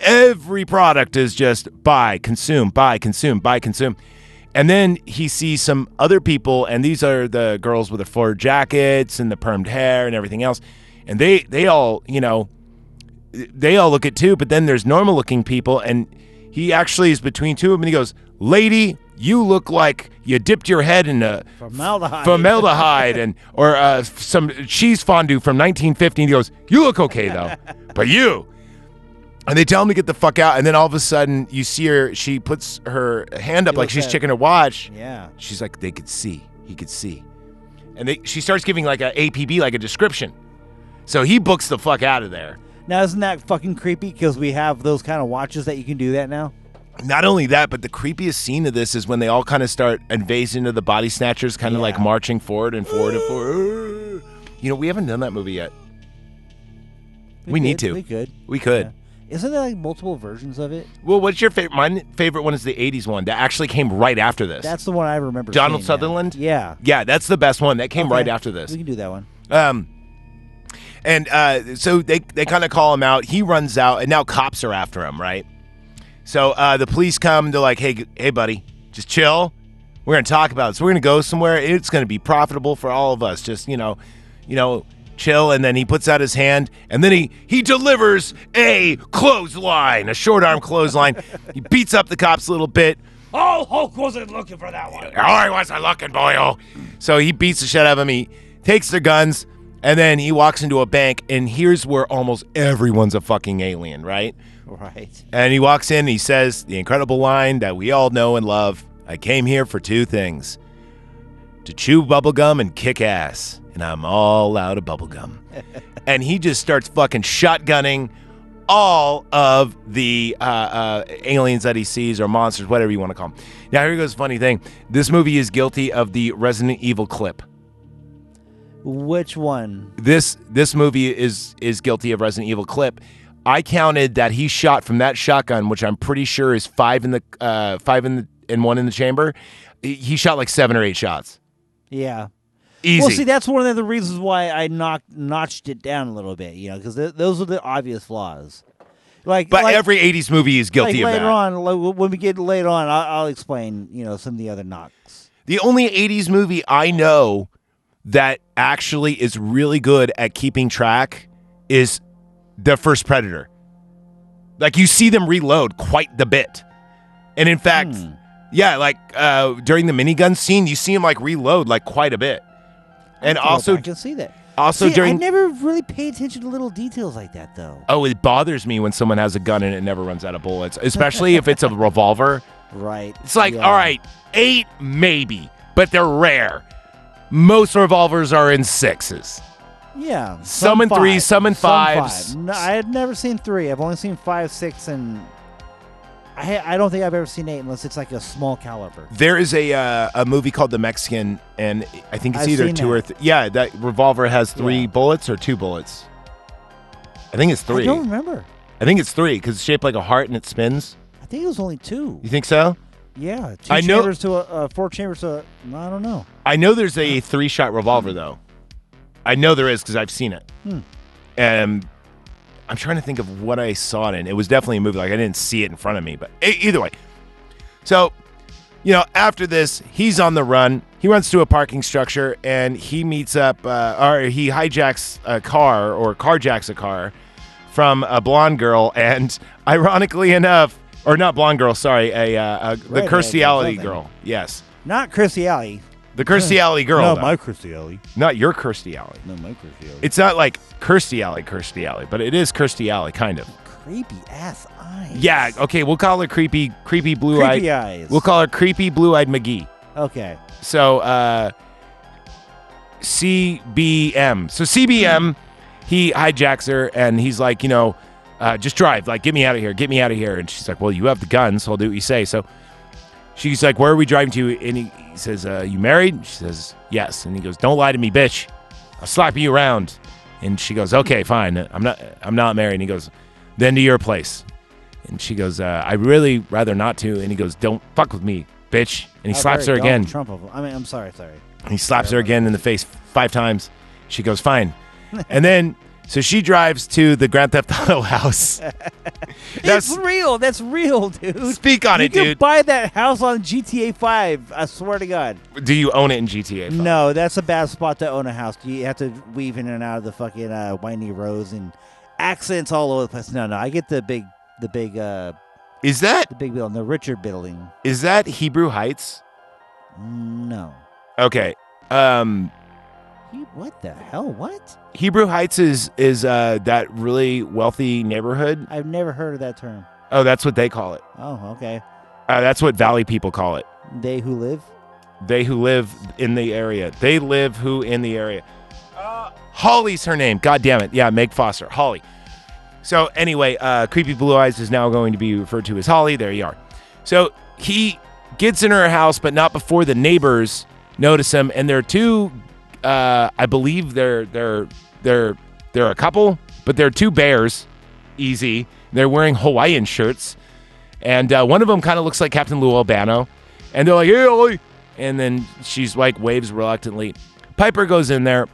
Speaker 9: every product is just buy, consume, buy, consume, buy, consume. And then he sees some other people, and these are the girls with the fur jackets and the permed hair and everything else. And they, they all, you know, they all look at two, but then there's normal looking people, and he actually is between two of them, and he goes, "Lady, you look like you dipped your head in a
Speaker 10: Formaldehyde.
Speaker 9: formaldehyde and or uh, f- some cheese fondue from 1950." And he goes, "You look okay though, but you." And they tell him to get the fuck out, and then all of a sudden, you see her. She puts her hand up
Speaker 10: She
Speaker 9: like
Speaker 10: looks
Speaker 9: she's
Speaker 10: at-
Speaker 9: checking her watch.
Speaker 10: Yeah.
Speaker 9: She's like, they could see. He could see. And they, she starts giving like a APB, like a description. So he books the fuck out of there.
Speaker 10: Now isn't that fucking creepy? Because we have those kind of watches that you can do that now.
Speaker 9: Not only that, but the creepiest scene of this is when they all kind of start invading into the body snatchers, kind of like marching forward and forward and forward. You know, we haven't done that movie yet. We, need
Speaker 10: could-
Speaker 9: to.
Speaker 10: We could.
Speaker 9: We could.
Speaker 10: Isn't there like multiple versions of it?
Speaker 9: Well, what's your favorite? My favorite one is the '80s one that actually came right after this.
Speaker 10: That's the one I remember.
Speaker 9: Donald
Speaker 10: seeing, yeah.
Speaker 9: Sutherland.
Speaker 10: Yeah.
Speaker 9: Yeah, that's the best one. That came right
Speaker 10: Okay.
Speaker 9: after this.
Speaker 10: We can do that one.
Speaker 9: Um, and uh, so they they kind of call him out. He runs out, and now cops are after him, right? So uh, the police come. They're like, "Hey, g- hey, buddy, just chill. We're gonna talk about this. We're gonna go somewhere. It's gonna be profitable for all of us. Just you know, you know." Chill, and then he puts out his hand, and then he he delivers a clothesline, a short arm clothesline. he beats up the cops a little bit,
Speaker 13: Oh, Hulk wasn't looking for that one.
Speaker 9: I wasn't looking, boyo. So he beats the shit out of him. He takes their guns, and then he walks into a bank. And here's where almost everyone's a fucking alien, right?
Speaker 10: Right.
Speaker 9: And he walks in. And he says the incredible line that we all know and love: "I came here for two things: to chew bubblegum and kick ass." And I'm all out of bubblegum. and he just starts fucking shotgunning all of the uh, uh, aliens that he sees or monsters, whatever you want to call them. Now, here goes the funny thing. This movie is guilty of the Resident Evil clip.
Speaker 10: Which one?
Speaker 9: This this movie is is guilty of Resident Evil clip. I counted that he shot from that shotgun, which I'm pretty sure is five in the uh, five in the and one in the chamber. He- He shot like seven or eight shots.
Speaker 10: Yeah. Well,
Speaker 9: Easy.
Speaker 10: see, that's one of the reasons why I knocked notched it down a little bit, you know, because th- those are the obvious flaws. Like,
Speaker 9: but
Speaker 10: like,
Speaker 9: every '80s movie is guilty
Speaker 10: like
Speaker 9: of
Speaker 10: later
Speaker 9: that.
Speaker 10: on, like, w- when we get later on, I'll, I'll explain, you know, some of the other knocks.
Speaker 9: The only 80s movie I know that actually is really good at keeping track is The First Predator. Like you see them reload quite the bit. And in fact, yeah, like uh, during the minigun scene, you see him like reload like quite a bit. And
Speaker 10: I have
Speaker 9: also
Speaker 10: to go back and see that.
Speaker 9: also
Speaker 10: See, I
Speaker 9: during
Speaker 10: never really pay attention to little details like that, though.
Speaker 9: Oh, it bothers me when someone has a gun and it never runs out of bullets, especially if it's a revolver.
Speaker 10: Right.
Speaker 9: It's like, all right, eight maybe, but they're rare. Most revolvers are in sixes.
Speaker 10: Yeah.
Speaker 9: Some in threes,
Speaker 10: five-
Speaker 9: some in
Speaker 10: five.
Speaker 9: fives.
Speaker 10: No, I had never seen three. I've only seen five, six, and I ha- I don't think I've ever seen eight unless it's like a small caliber.
Speaker 9: There is a uh, a movie called The Mexican, and I think it's
Speaker 10: I've
Speaker 9: either
Speaker 10: seen
Speaker 9: two or th- yeah. That revolver has three bullets or two bullets. I think it's three.
Speaker 10: I don't remember.
Speaker 9: I think it's three because it's shaped like a heart and it spins.
Speaker 10: I think it was only two.
Speaker 9: You think so?
Speaker 10: Yeah, two
Speaker 9: I know-
Speaker 10: chambers to a uh, four chambers to. A, I don't know.
Speaker 9: I know there's a three shot revolver though. I know there is because I've seen it.
Speaker 10: Hmm.
Speaker 9: Um, I'm trying to think of what I saw it in. It was definitely a movie. Like I didn't see it in front of me, but e- either way. So, you know, after this, he's on the run. He runs to a parking structure and he meets up, uh, or he hijacks a car or carjacks a car from a blonde girl. And ironically enough, or not blonde girl, sorry, a, uh, a the
Speaker 10: Redhead or
Speaker 9: Kirstie Alley
Speaker 10: something.
Speaker 9: girl. Yes,
Speaker 10: Not Chrissy Alley.
Speaker 9: the Kirstie Alley girl.
Speaker 10: Not
Speaker 9: though.
Speaker 10: my Chrissy Alley.
Speaker 9: Not your Kirstie Alley.
Speaker 10: No, my Chrissy Alley.
Speaker 9: It's not like Kirstie Alley, Kirstie Alley, but it is Kirstie Alley, kind of.
Speaker 10: creepy ass eyes.
Speaker 9: Yeah, okay, we'll call her creepy, creepy blue
Speaker 10: Creepy
Speaker 9: eyed.
Speaker 10: eyes.
Speaker 9: We'll call her creepy blue eyed McGee.
Speaker 10: Okay.
Speaker 9: So, uh, CBM. So, CBM, he hijacks her and he's like, you know, uh, just drive. Like, get me out of here. Get me out of here. And she's like, well, you have the guns. So I'll do what you say. So she's like, where are we driving to? And he, he says, uh, you married? She says, yes. And he goes, don't lie to me, bitch. I'll slap you around. And she goes, okay, fine. I'm not, I'm not married. And he goes, then to your place. And she goes, uh, I really rather not to. And he goes, don't fuck with me, bitch. And he
Speaker 10: How
Speaker 9: slaps her
Speaker 10: very Donald
Speaker 9: again.
Speaker 10: Trump of 'em. I mean, I'm sorry, sorry.
Speaker 9: And He slaps her again in the face five times. She goes, fine. and then, so she drives to the Grand Theft Auto house.
Speaker 10: it's real. That's real, dude.
Speaker 9: Speak on
Speaker 10: you
Speaker 9: it,
Speaker 10: can
Speaker 9: dude.
Speaker 10: buy that house on GTA 5. I swear to God.
Speaker 9: Do you own it in GTA?
Speaker 10: No, that's a bad spot to own a house. You have to weave in and out of the fucking uh, windy roads and accents all over the place. No, no, I get the big, the big. uh
Speaker 9: Is that
Speaker 10: the big building, the Richard building?
Speaker 9: Is that Hebrew Heights?
Speaker 10: No.
Speaker 9: Okay. Um,
Speaker 10: You- What the hell? What?
Speaker 9: Hebrew Heights is is uh, that really wealthy neighborhood.
Speaker 10: I've never heard of that term.
Speaker 9: Oh, that's what they call it.
Speaker 10: Oh, okay.
Speaker 9: Uh, that's what Valley people call it.
Speaker 10: They who live.
Speaker 9: They who live in the area. They live who in the area. Uh, Holly's her name. God damn it. Yeah, Meg Foster. Holly. So anyway, uh, creepy blue eyes is now going to be referred to as Holly. There you are. So he gets in her house, but not before the neighbors notice him. And they're two, uh, I believe they're they're they're they're a couple, but they're two bears. Easy. They're wearing Hawaiian shirts, and uh, one of them kind of looks like Captain Lou Albano. And they're like, "Hey, Holly," and then she's like waves reluctantly. Piper goes in there.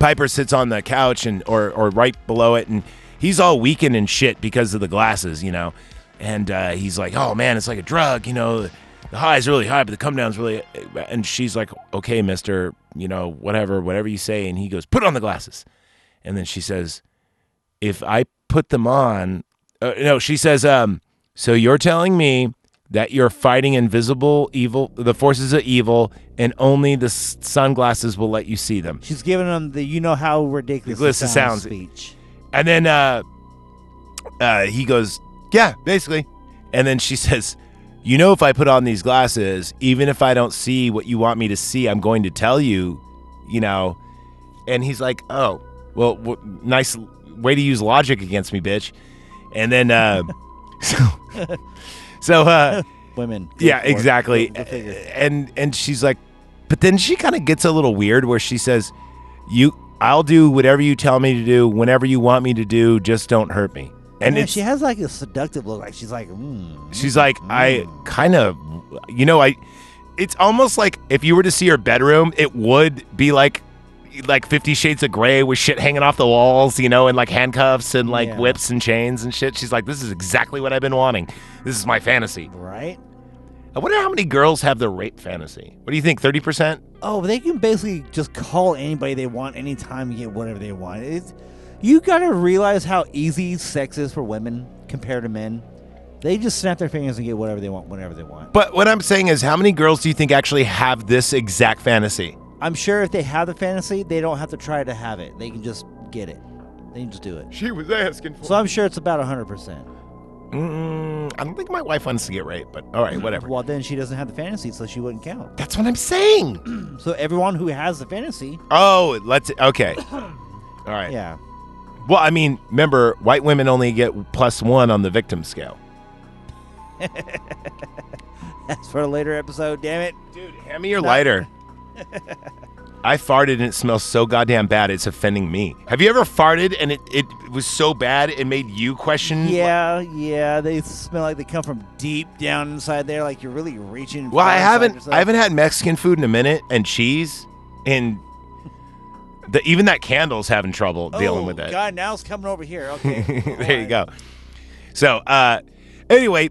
Speaker 9: Piper sits on the couch and or or right below it, and he's all weakened and shit because of the glasses, you know. And uh, he's like, "Oh man, it's like a drug, you know. The high's really high, but the come down's really." And she's like, "Okay, Mister, you know, whatever, whatever you say." And he goes, "Put on the glasses," and then she says, "If I put them on, uh, no." She says, "Um, so you're telling me." That you're fighting invisible evil, the forces of evil, and only the s- sunglasses will let you see them.
Speaker 10: She's giving them the you know how ridiculous
Speaker 9: This
Speaker 10: it
Speaker 9: sounds
Speaker 10: sounds speech.
Speaker 9: And then uh, uh, he goes, "Yeah, basically." And then she says, "You know, if I put on these glasses, even if I don't see what you want me to see, I'm going to tell you, you know." And he's like, "Oh, well, w- nice way to use logic against me, bitch." And then uh, so so uh,
Speaker 10: women, go
Speaker 9: yeah,
Speaker 10: for it.
Speaker 9: exactly.
Speaker 10: Go- go figure.
Speaker 9: And and she's like, but then she kind of gets a little weird where she says, "You, I'll do whatever you tell me to do, whenever you want me to do. Just don't hurt me." And
Speaker 10: Yeah,
Speaker 9: it's,
Speaker 10: she has like a seductive look. Like she's like, mm,
Speaker 9: she's like, I kind of, you know, I. It's almost like if you were to see her bedroom, it would be like, like Fifty Shades of Grey with shit hanging off the walls, you know, and like handcuffs and like
Speaker 10: Yeah.
Speaker 9: whips and chains and shit. She's like, this is exactly what I've been wanting. This is my fantasy.
Speaker 10: right?
Speaker 9: I wonder how many girls have the rape fantasy. What do you think? Thirty percent?
Speaker 10: Oh, they can basically just call anybody they want anytime and get whatever they want. It's, you gotta realize how easy sex is for women compared to men. They just snap their fingers and get whatever they want whenever they want.
Speaker 9: But what I'm saying is, how many girls do you think actually have this exact fantasy?
Speaker 10: I'm sure if they have the fantasy, they don't have to try to have it. They can just get it. They can just do it.
Speaker 12: She was asking for
Speaker 10: So I'm sure it's about 100%.
Speaker 9: Mm, I don't think my wife wants to get raped, but all right, whatever.
Speaker 10: Well, then she doesn't have the fantasy, so she wouldn't count.
Speaker 9: That's what I'm saying.
Speaker 10: So everyone who has the fantasy,
Speaker 9: Oh, let's okay. All right.
Speaker 10: Yeah.
Speaker 9: Well, I mean, remember, white women only get plus one on the victim scale.
Speaker 10: that's for a later episode. Damn it,
Speaker 9: dude! Hand me your lighter. I farted and it smells so goddamn bad. It's offending me. Have you ever farted and it, it was so bad it made you question?
Speaker 10: Yeah, yeah, they smell like they come from deep down inside there. Like you're really reaching.
Speaker 9: Well, I
Speaker 10: far inside
Speaker 9: haven't
Speaker 10: yourself.
Speaker 9: I haven't had Mexican food in a minute and cheese and the, even that candle's having trouble dealing
Speaker 10: Oh,
Speaker 9: with it.
Speaker 10: God, now it's coming over here. Okay.
Speaker 9: there you go. So, uh, anyway,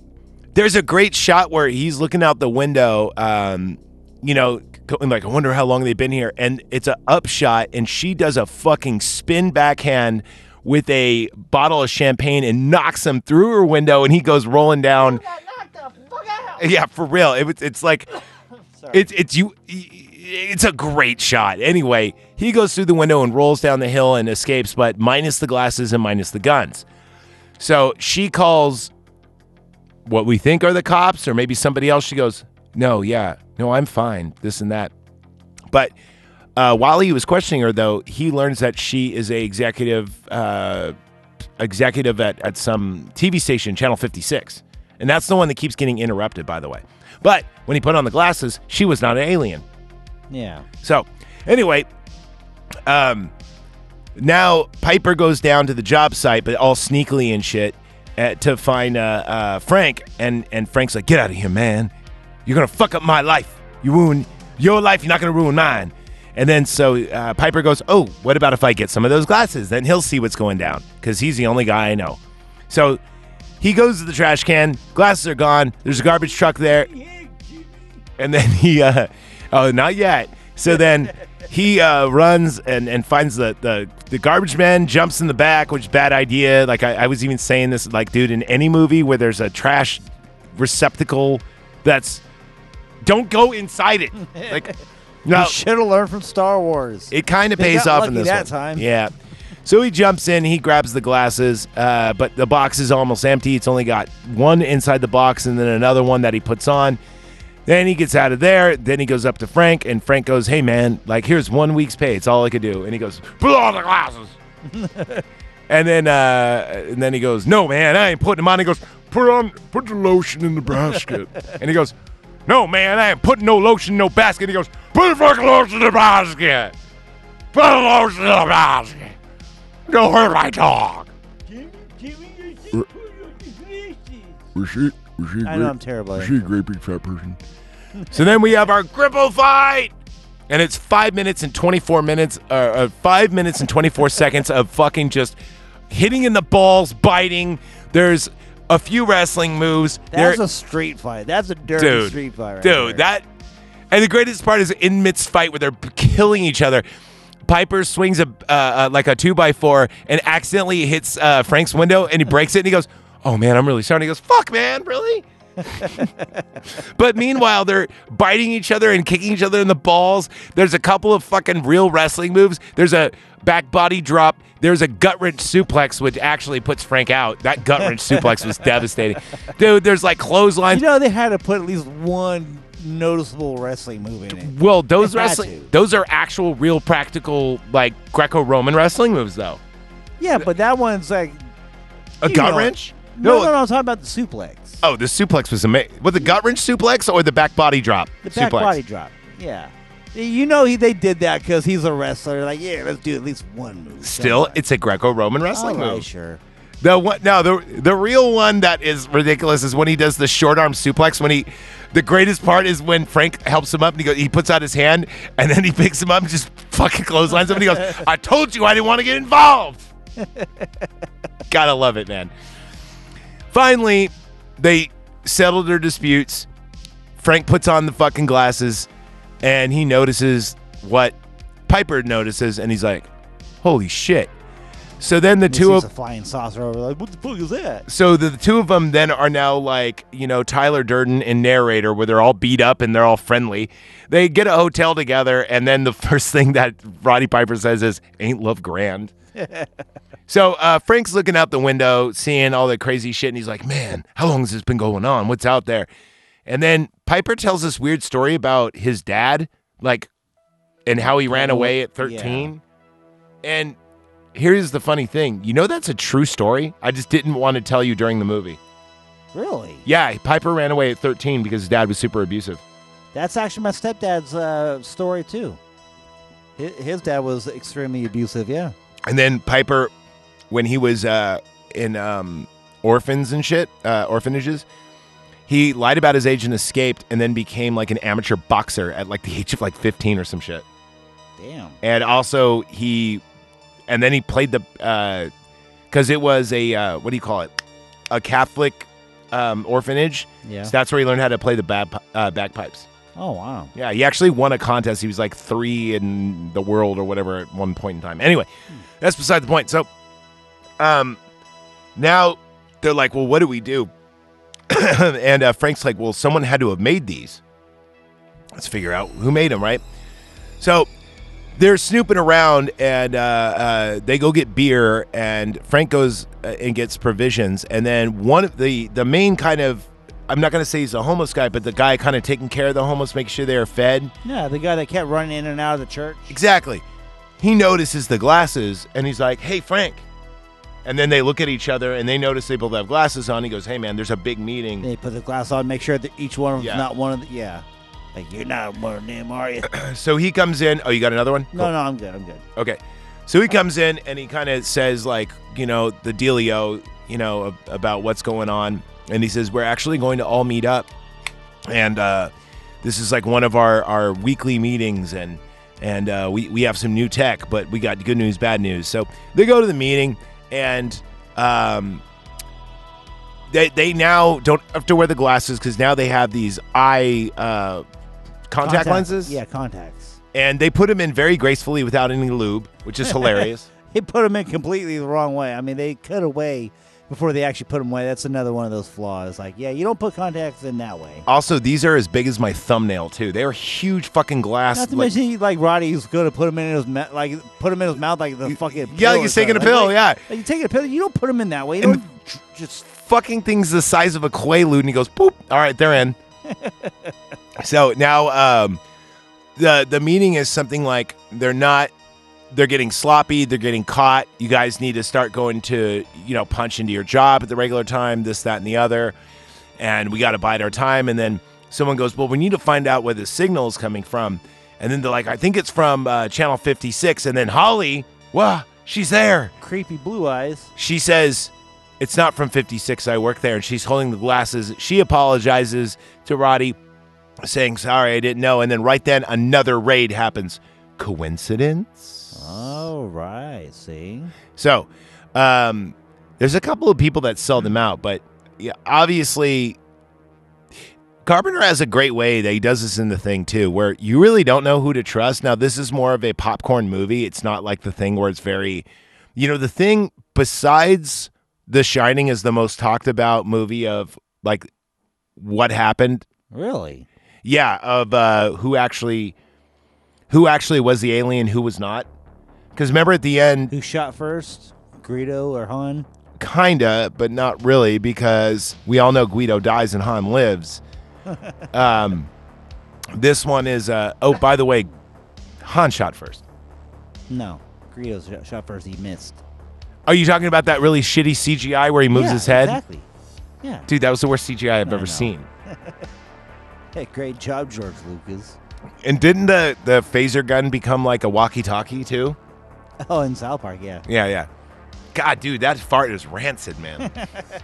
Speaker 9: there's a great shot where he's looking out the window, um, you know, going like, I wonder how long they've been here. And it's an upshot, and she does a fucking spin backhand with a bottle of champagne and knocks him through her window, and he goes rolling down. Yeah, for real. It, was- it's like, it's it's you. It's a great shot. Anyway, he goes through the window and rolls down the hill and escapes, but minus the glasses and minus the guns. So she calls what we think are the cops or maybe somebody else. She goes, No, yeah, no, I'm fine, this and that. But uh, while he was questioning her, though, he learns that she is a executive uh, executive at, at some TV station, Channel 56. And that's the one that keeps getting interrupted, by the way. But when he put on the glasses, she was not an alien.
Speaker 10: Yeah.
Speaker 9: So, anyway, um, now Piper goes down to the job site, but all sneakily and shit, uh, to find uh, uh, Frank. And and Frank's like, "Get out of here, man! You're gonna fuck up my life. You ruin your life. You're not gonna ruin mine." And then so uh, Piper goes, "Oh, what about if I get some of those glasses? Then he'll see what's going down because he's the only guy I know." So he goes to the trash can. Glasses are gone. There's a garbage truck there and then he uh oh not yet so then he uh runs and and finds the the, the garbage man jumps in the back which is a bad idea like I, I was even saying this like dude in any movie where there's a trash receptacle that's don't go inside it like no
Speaker 10: You should have learned from Star Wars.
Speaker 9: it kind of
Speaker 10: They
Speaker 9: pays
Speaker 10: got
Speaker 9: off in
Speaker 10: lucky
Speaker 9: this
Speaker 10: that
Speaker 9: one.
Speaker 10: time.
Speaker 9: Yeah. So he jumps in, he grabs the glasses, uh, but the box is almost empty. It's only got one inside the box and then another one that he puts on. Then he gets out of there. Then he goes up to Frank, and Frank goes, Hey, man, like, here's one week's pay. It's all I could do. And he goes, Put on the glasses. and then uh, and then he goes, No, man, I ain't putting them on. He goes, Put on, put the lotion in the basket. and he goes, No, man, I ain't putting no lotion in no basket. he goes, Put the fucking lotion in the basket. Put the lotion in the basket. Don't hurt my dog.
Speaker 12: Was she? Was she?
Speaker 9: I know
Speaker 12: great-
Speaker 9: I'm terrible at
Speaker 12: Was she a
Speaker 9: it.
Speaker 12: great big fat person?
Speaker 9: So then we have our cripple fight. And it's five minutes and 24 minutes, uh, uh, five minutes and 24 seconds of fucking just hitting in the balls, biting. There's a few wrestling moves.
Speaker 10: That's
Speaker 9: There-
Speaker 10: a street fight. That's a dirty
Speaker 9: dude,
Speaker 10: street fight. Right
Speaker 9: dude,
Speaker 10: there.
Speaker 9: that. And the greatest part is in midst fight where they're p- killing each other. Piper swings a uh, uh, like a two by four and accidentally hits uh, Frank's window and he breaks it and he goes, "Oh man, I'm really sorry." And he goes, "Fuck, man, really." but meanwhile, they're biting each other and kicking each other in the balls. There's a couple of fucking real wrestling moves. There's a back body drop. There's a gut wrench suplex, which actually puts Frank out. That gut wrench suplex was devastating, dude. There's like clotheslines.
Speaker 10: You know they had to put at least one noticeable wrestling move in it.
Speaker 9: Well, those
Speaker 10: They had
Speaker 9: wrestling, those are actual, real, practical, like Greco-Roman wrestling moves, though.
Speaker 10: Yeah, but that one's like
Speaker 9: A
Speaker 10: you
Speaker 9: gut
Speaker 10: know-
Speaker 9: wrench?
Speaker 10: No,
Speaker 9: No.
Speaker 10: no, no, I'm talking about the suplex,
Speaker 9: Oh, the suplex was amazing. With the gut wrench suplex or the back body drop?
Speaker 10: the back
Speaker 9: suplex?
Speaker 10: body drop. Yeah, you know he, they did that because he's a wrestler. Like, yeah, let's do at least one move.
Speaker 9: Still, it's a Greco-Roman wrestling
Speaker 10: All right,
Speaker 9: move.
Speaker 10: Sure.
Speaker 9: The one, no, the the real one that is ridiculous is when he does the short arm suplex. When he, the greatest part is when Frank helps him up and he goes, he puts out his hand and then he picks him up and just fucking clotheslines him and he goes, "I told you I didn't want to get involved." Gotta love it, man. Finally, they settle their disputes. Frank puts on the fucking glasses and he notices what Piper notices and he's like, holy shit. So then the
Speaker 10: He
Speaker 9: two
Speaker 10: sees
Speaker 9: of
Speaker 10: a flying saucer over. Like, what the fuck is that?
Speaker 9: so the, the two of them then are now like you know Tyler Durden and narrator where they're all beat up and they're all friendly. They get a hotel together and then the first thing that Roddy Piper says is "Ain't love grand." So uh, Frank's looking out the window, seeing all the crazy shit, and he's like, "Man, how long has this been going on? What's out there?" And then Piper tells this weird story about his dad, like, and how he ran away at thirteen. And here's the funny thing: you know that's a true story. I just didn't want to tell you during the movie.
Speaker 10: Really?
Speaker 9: Yeah, Piper ran away at thirteen because his dad was super abusive.
Speaker 10: That's actually my stepdad's uh, story too. His, his dad was extremely abusive. Yeah.
Speaker 9: And then Piper, when he was uh, in um, orphans and shit, uh, orphanages, he lied about his age and escaped, and then became like an amateur boxer at like the age of like 15 or some shit.
Speaker 10: Damn.
Speaker 9: And also he, and then he played the, because it was a uh, what do you call it, a Catholic um, orphanage.
Speaker 10: Yeah.
Speaker 9: So that's where he learned how to play the bag, uh, bagpipes.
Speaker 10: Oh wow.
Speaker 9: Yeah, he actually won a contest. He was like three in the world or whatever at one point in time. Anyway, that's beside the point. So, um, now they're like, well, what do we do? and uh, Frank's like, well, someone had to have made these. Let's figure out who made them, right? So they're snooping around and uh, uh, they go get beer and Frank goes uh, and gets provisions and then one of the the main kind of I'm not gonna say he's a homeless guy but the guy kind of taking care of the homeless making sure they are fed
Speaker 10: Yeah, the guy that kept running in and out of the church.
Speaker 9: exactly he notices the glasses and he's like hey Frank and then they look at each other and they notice they both have glasses on he goes hey man there's a big meeting
Speaker 10: They put the glass on, make sure that each one of them's
Speaker 9: Yeah.
Speaker 10: not one of the. Yeah. Like, you're not one of them, are you?
Speaker 9: so he comes in oh you got another one
Speaker 10: no, no, I'm good. I'm good.
Speaker 9: Okay. So he comes in and he kind of says, like, you know, the dealio, you know, ab- about what's going on. And he says, we're actually going to all meet up. And uh, this is like one of our, our weekly meetings. And and uh, we, we have some new tech, but we got good news, bad news. So they go to the meeting and um, they, they now don't have to wear the glasses because now they have these eye uh, contact lenses
Speaker 10: Yeah, contacts.
Speaker 9: and they put him in very gracefully without any lube, which is hilarious.
Speaker 10: They put him in completely the wrong way. I mean, they cut away before they actually put him away. That's another one of those flaws. Like, yeah, you don't put contacts in that way.
Speaker 9: also, these are as big as my thumbnail too. They are huge fucking glass.
Speaker 10: Not to
Speaker 9: like-
Speaker 10: mention, like Roddy's gonna put him in his mouth, like put him in his mouth, like the fucking
Speaker 9: yeah, like
Speaker 10: pill or
Speaker 9: he's taking a
Speaker 10: something. Like,
Speaker 9: pill,
Speaker 10: like-
Speaker 9: yeah.
Speaker 10: like, you taking a pill. You don't put him in that way. You
Speaker 9: And
Speaker 10: don't
Speaker 9: just fucking things the size of a quaalude, and he goes boop. All right, they're in. so now, um, the the meaning is something like they're not. They're getting sloppy. They're getting caught. You guys need to start going to, you know, punch into your job at the regular time, this, that, and the other. And we got to bide our time. And then someone goes, Well, we need to find out where the signal is coming from. And then they're like, I think it's from uh, channel 56. And then Holly, wow, she's there.
Speaker 10: creepy blue eyes.
Speaker 9: She says, It's not from 56. I work there. And she's holding the glasses. She apologizes to Roddy, saying, Sorry, I didn't know. And then right then, another raid happens. Coincidence?
Speaker 10: All right, see.
Speaker 9: So, um, there's a couple of people that sell them out, but yeah, obviously, Carpenter has a great way that he does this in the thing too, where you really don't know who to trust. Now, this is more of a popcorn movie. It's not like the thing where it's very, you know, the thing besides The Shining is the most talked about movie of like what happened.
Speaker 10: Really?
Speaker 9: Yeah, of uh, who actually, who actually was the alien, who was not. Because remember at the end,
Speaker 10: Who shot first, Greedo or Han?
Speaker 9: kinda, but not really, because we all know Guido dies and Han lives. Um, this one is uh, oh, by the way, Han shot first.
Speaker 10: No, Greedo shot- shot first. He missed.
Speaker 9: Are you talking about that really shitty CGI where he moves
Speaker 10: Yeah,
Speaker 9: his head?
Speaker 10: Exactly. Yeah.
Speaker 9: Dude, that was the worst CGI I've ever seen.
Speaker 10: Hey, great job, George Lucas.
Speaker 9: And didn't the the phaser gun become like a walkie-talkie too?
Speaker 10: Oh, in South Park, yeah.
Speaker 9: Yeah, yeah. God, dude, that fart is rancid, man.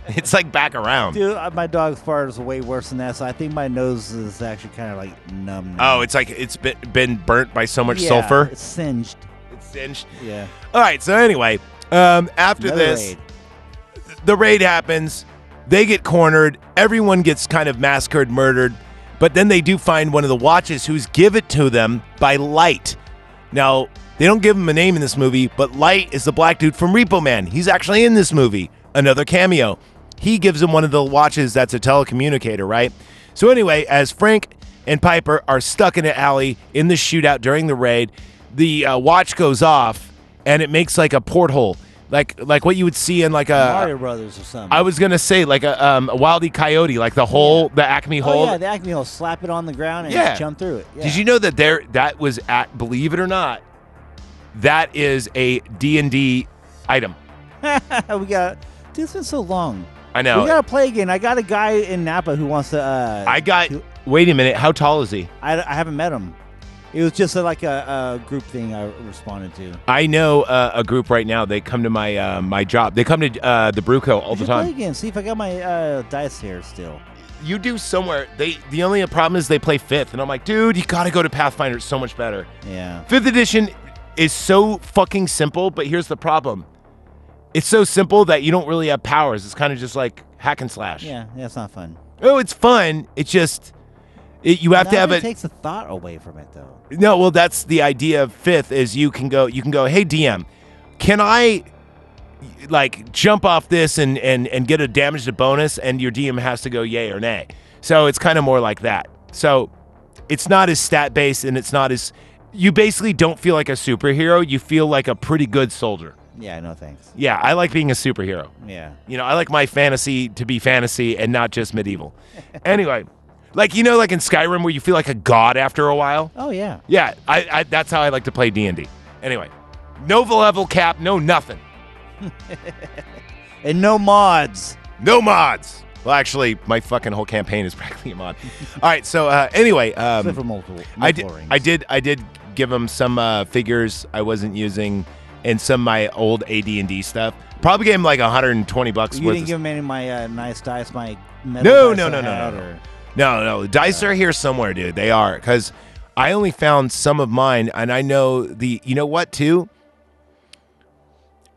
Speaker 9: it's like back around.
Speaker 10: Dude, uh, my dog's fart is way worse than that, so I think my nose is actually kind of like numb. now.
Speaker 9: Oh, it's like it's been, been burnt by so Oh, much
Speaker 10: Yeah,
Speaker 9: sulfur.
Speaker 10: It's singed.
Speaker 9: It's singed.
Speaker 10: Yeah.
Speaker 9: All right. So anyway, um, after
Speaker 10: Another
Speaker 9: this,
Speaker 10: raid.
Speaker 9: the raid happens. They get cornered. Everyone gets kind of massacred, murdered. But then they do find one of the watches who's give it to them by Light. Now they don't give him a name in this movie, but Light is the black dude from Repo Man. He's actually in this movie. Another cameo. He gives him one of the watches that's a telecommunicator, right? So anyway, as Frank and Piper are stuck in an alley in the shootout during the raid, the uh, watch goes off and it makes like a porthole, like like what you would see in like a
Speaker 10: Mario Brothers or something.
Speaker 9: Uh, I was gonna say like a um a wildy coyote, like the hole, the acme hole.
Speaker 10: oh, yeah, the acne hole. Slap it on the ground and
Speaker 9: Yeah.
Speaker 10: jump through it. Yeah.
Speaker 9: Did you know that there that was at believe it or not, that is a D and D item.
Speaker 10: we got. Dude, it's been so long.
Speaker 9: I know.
Speaker 10: We gotta play again. I got a guy in Napa who wants to. Uh,
Speaker 9: I got wait a minute, how tall is he?
Speaker 10: I, I haven't met him. It was just a, like a, a group thing I responded to.
Speaker 9: I know uh, a group right now. They come to my uh, my job. They come to uh, the Bruco all
Speaker 10: We
Speaker 9: the
Speaker 10: should play
Speaker 9: time.
Speaker 10: again. See if I got my uh, dice here still.
Speaker 9: You do somewhere. They the only problem is they play fifth, and I'm like, dude, you gotta go to Pathfinder. It's so much better.
Speaker 10: Yeah.
Speaker 9: Fifth edition is so fucking simple, but here's the problem. It's so simple that you don't really have powers. It's kind of just like hack and slash.
Speaker 10: Yeah, that's not fun.
Speaker 9: Oh, it's fun. It's just it, you have to
Speaker 10: Now
Speaker 9: have
Speaker 10: it
Speaker 9: a
Speaker 10: takes the thought away from it though.
Speaker 9: no. Well, that's the idea of fifth is you can go. You can go. Hey DM, can I like jump off this and and and get a damage to bonus? And your DM has to go yay or nay. So it's kind of more like that. So it's not as stat based and it's not as you basically don't feel like a superhero. You feel like a pretty good soldier.
Speaker 10: Yeah, no thanks.
Speaker 9: Yeah, I like being a superhero.
Speaker 10: Yeah.
Speaker 9: You know, I like my fantasy to be fantasy and not just medieval. anyway, like you know, like in Skyrim, where you feel like a god after a while.
Speaker 10: Oh yeah.
Speaker 9: Yeah, I, I that's how I like to play D and D. Anyway, no level cap, no nothing,
Speaker 10: and no mods.
Speaker 9: No mods. Well, actually, my fucking whole campaign is practically a mod. All right, so uh, anyway, um,
Speaker 10: Except for multiple-
Speaker 9: I did,
Speaker 10: multiple
Speaker 9: I did, I did give him some uh, figures I wasn't using, and some of my old AD and D stuff. Probably gave him like 120 bucks
Speaker 10: You
Speaker 9: worth.
Speaker 10: didn't
Speaker 9: of
Speaker 10: give him any of my uh, nice dice, my metal
Speaker 9: no,
Speaker 10: dice
Speaker 9: no,
Speaker 10: I
Speaker 9: no, no, no,
Speaker 10: had,
Speaker 9: no,
Speaker 10: or-
Speaker 9: no, no. The dice are here somewhere, dude. They are because I only found some of mine, and I know the. You know what, too?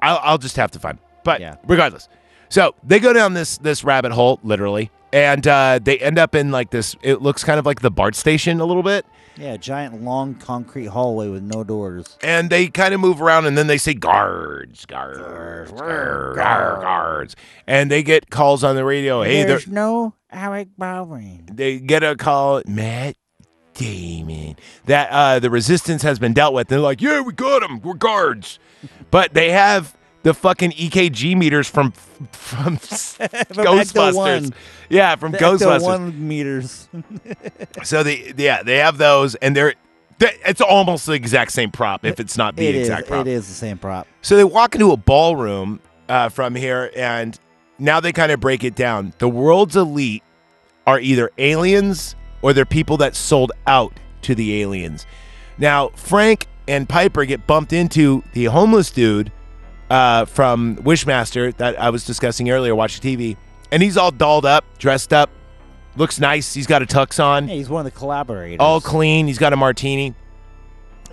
Speaker 9: I'll, I'll just have to find. 'em. But regardless, so they go down this this rabbit hole, literally, and uh, they end up in like this. It looks kind of like the BART station a little bit.
Speaker 10: Yeah, giant long concrete hallway with no doors.
Speaker 9: and they kind of move around and then they say guards, guards, guards, guards, and they get calls on the radio. Hey, there,
Speaker 10: There's no Alec Baldwin.
Speaker 9: they get a call, Matt Damon, that uh, the resistance has been dealt with. They're like, yeah, we got them, we're guards, but they have the fucking EKG meters from from, Ghostbusters.
Speaker 10: Ecto-1.
Speaker 9: Yeah, from
Speaker 10: The
Speaker 9: Ghostbusters.
Speaker 10: One meters.
Speaker 9: So they yeah they have those and they're. they- It's almost the exact same prop, if it's not the
Speaker 10: It is-
Speaker 9: exact prop.
Speaker 10: It is the same prop.
Speaker 9: So they walk into a ballroom uh, from here, and now they kind of break it down. The world's elite are either aliens or they're people that sold out to the aliens. Now, Frank and Piper get bumped into the homeless dude uh, from Wishmaster that I was discussing earlier, watching TV, and he's all dolled up, dressed up, looks nice. He's got a tux on.
Speaker 10: Yeah, he's one of the collaborators.
Speaker 9: All clean. He's got a martini.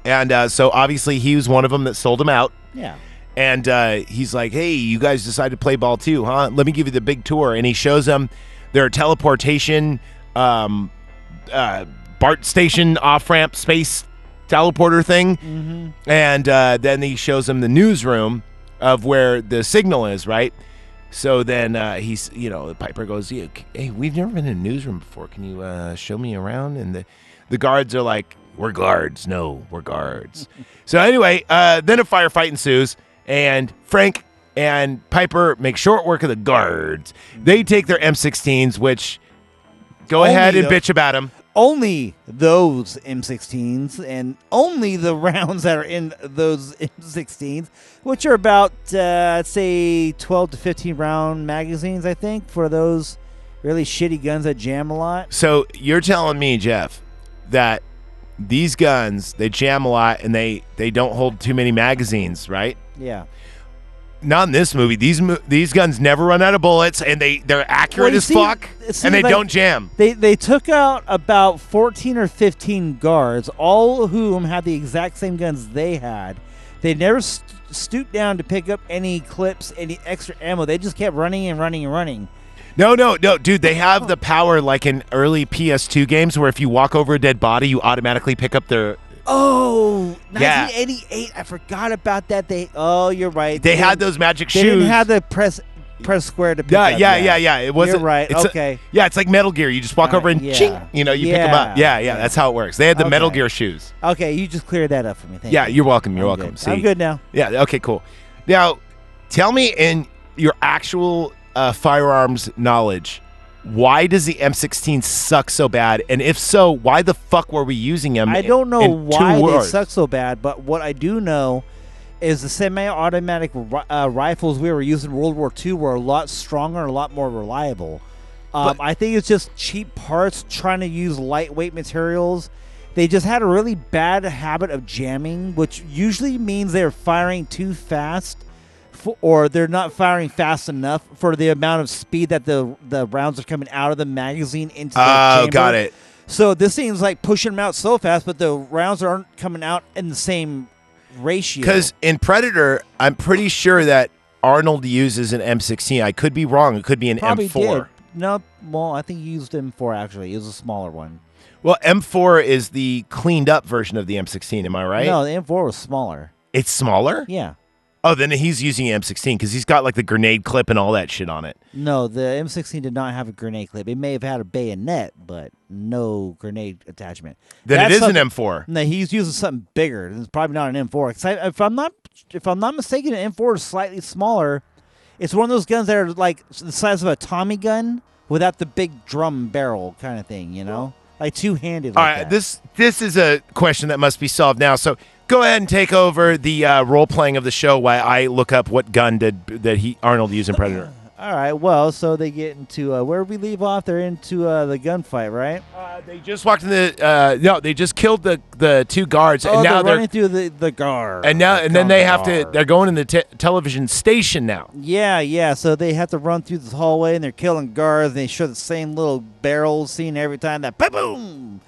Speaker 9: And uh, so obviously he was one of them that sold him out.
Speaker 10: Yeah.
Speaker 9: And uh, he's like, hey, you guys decided to play ball too, huh? Let me give you the big tour. And he shows them their teleportation, um, uh, BART station off ramp space teleporter thing. And uh, then he shows him the newsroom of where the signal is, right? So then uh, he's, you know, Piper goes, "Yeah, c- "Hey, we've never been in a newsroom before. Can you uh, show me around?" And the the guards are like, "We're guards. No, we're guards." so anyway, uh, then a firefight ensues, and Frank and Piper make short work of the guards. They take their M16s, which go
Speaker 10: Only
Speaker 9: ahead and
Speaker 10: the-
Speaker 9: bitch about them.
Speaker 10: Only those M16s and only the rounds that are in those M16s, which are about, uh, I'd say, 12 to 15 round magazines, I think, for those really shitty guns that jam a lot.
Speaker 9: So you're telling me, Jeff, that these guns they jam a lot and they they don't hold too many magazines, right?
Speaker 10: Yeah.
Speaker 9: not in this movie. These mo- these guns never run out of bullets, and they they're accurate
Speaker 10: Well, you
Speaker 9: as
Speaker 10: see-
Speaker 9: fuck,
Speaker 10: see,
Speaker 9: and they
Speaker 10: like,
Speaker 9: don't jam.
Speaker 10: They they took out about 14 or 15 guards, all of whom had the exact same guns they had. They never st- stooped down to pick up any clips, any extra ammo. They just kept running and running and running.
Speaker 9: No, no, no, dude. They
Speaker 10: Oh.
Speaker 9: have the power like in early PS2 games, where if you walk over a dead body, you automatically pick up their.
Speaker 10: Oh,
Speaker 9: Yeah.
Speaker 10: 1988. I forgot about that. They oh, you're right.
Speaker 9: They had those magic
Speaker 10: They didn't
Speaker 9: shoes.
Speaker 10: have the press press square to pick
Speaker 9: Yeah,
Speaker 10: up.
Speaker 9: yeah, yeah, yeah. It wasn't
Speaker 10: You're right.
Speaker 9: it's a-
Speaker 10: okay.
Speaker 9: yeah, it's like Metal Gear. You just walk over and
Speaker 10: yeah.
Speaker 9: ching, you know, you pick them up. Yeah,
Speaker 10: Yeah.
Speaker 9: yeah, that's how it works. They had the Metal
Speaker 10: Okay.
Speaker 9: Gear shoes.
Speaker 10: okay, you just cleared that up for me. Thank
Speaker 9: yeah,
Speaker 10: you.
Speaker 9: you're welcome. You're
Speaker 10: I'm
Speaker 9: welcome.
Speaker 10: good.
Speaker 9: See,
Speaker 10: I'm good now.
Speaker 9: Yeah. Okay. Cool. Now, tell me in your actual uh, firearms knowledge, why does the M16 suck so bad? And if so, why the fuck were we using them?
Speaker 10: I
Speaker 9: in-
Speaker 10: don't know
Speaker 9: in two
Speaker 10: why they
Speaker 9: words?
Speaker 10: suck so bad, but what I do know is the semi-automatic ri- uh, rifles we were using in World War II were a lot stronger, and a lot more reliable. Um, I think it's just cheap parts trying to use lightweight materials. They just had a really bad habit of jamming, which usually means they're firing too fast, for, or they're not firing fast enough for the amount of speed that the the rounds are coming out of the magazine into the
Speaker 9: Oh,
Speaker 10: chamber.
Speaker 9: got it.
Speaker 10: So this seems like pushing them out so fast, but the rounds aren't coming out in the same ratio.
Speaker 9: Because in Predator, I'm pretty sure that Arnold uses an M16. I could be wrong. It could be an
Speaker 10: probably
Speaker 9: M4.
Speaker 10: did. No, well, I think he used M4 actually. It was a smaller one.
Speaker 9: Well, M4 is the cleaned up version of the M16. Am I right?
Speaker 10: No, the M4 was smaller.
Speaker 9: It's smaller.
Speaker 10: Yeah.
Speaker 9: Oh, then he's using M16 because he's got like the grenade clip and all that shit on it.
Speaker 10: No, the M16 did not have a grenade clip. It may have had a bayonet, but no grenade attachment.
Speaker 9: Then it is an
Speaker 10: something-
Speaker 9: M4.
Speaker 10: No, he's using something bigger. It's probably not an M4. 'Cause I, if I'm not, if I'm not mistaken, an M4 is slightly smaller. It's one of those guns that are like the size of a Tommy gun without the big drum barrel kind of thing. You know, like two handed.
Speaker 9: All
Speaker 10: Like
Speaker 9: right,
Speaker 10: that.
Speaker 9: this this is a question that must be solved now. So go ahead and take over the uh, role playing of the show while I look up what gun did that he Arnold use in Predator.
Speaker 10: All right. Well, so they get into uh, where we leave off. They're into uh, the gunfight, right?
Speaker 9: Uh, they just walked in the uh, no, they just killed the the two guards
Speaker 10: Oh,
Speaker 9: and now
Speaker 10: they're
Speaker 9: they're,
Speaker 10: running through the the guard.
Speaker 9: and now and then they have to they're going in the te- television station now.
Speaker 10: Yeah, yeah. So they have to run through this hallway, and they're killing guards. And they show the same little barrel scene every time. That boom,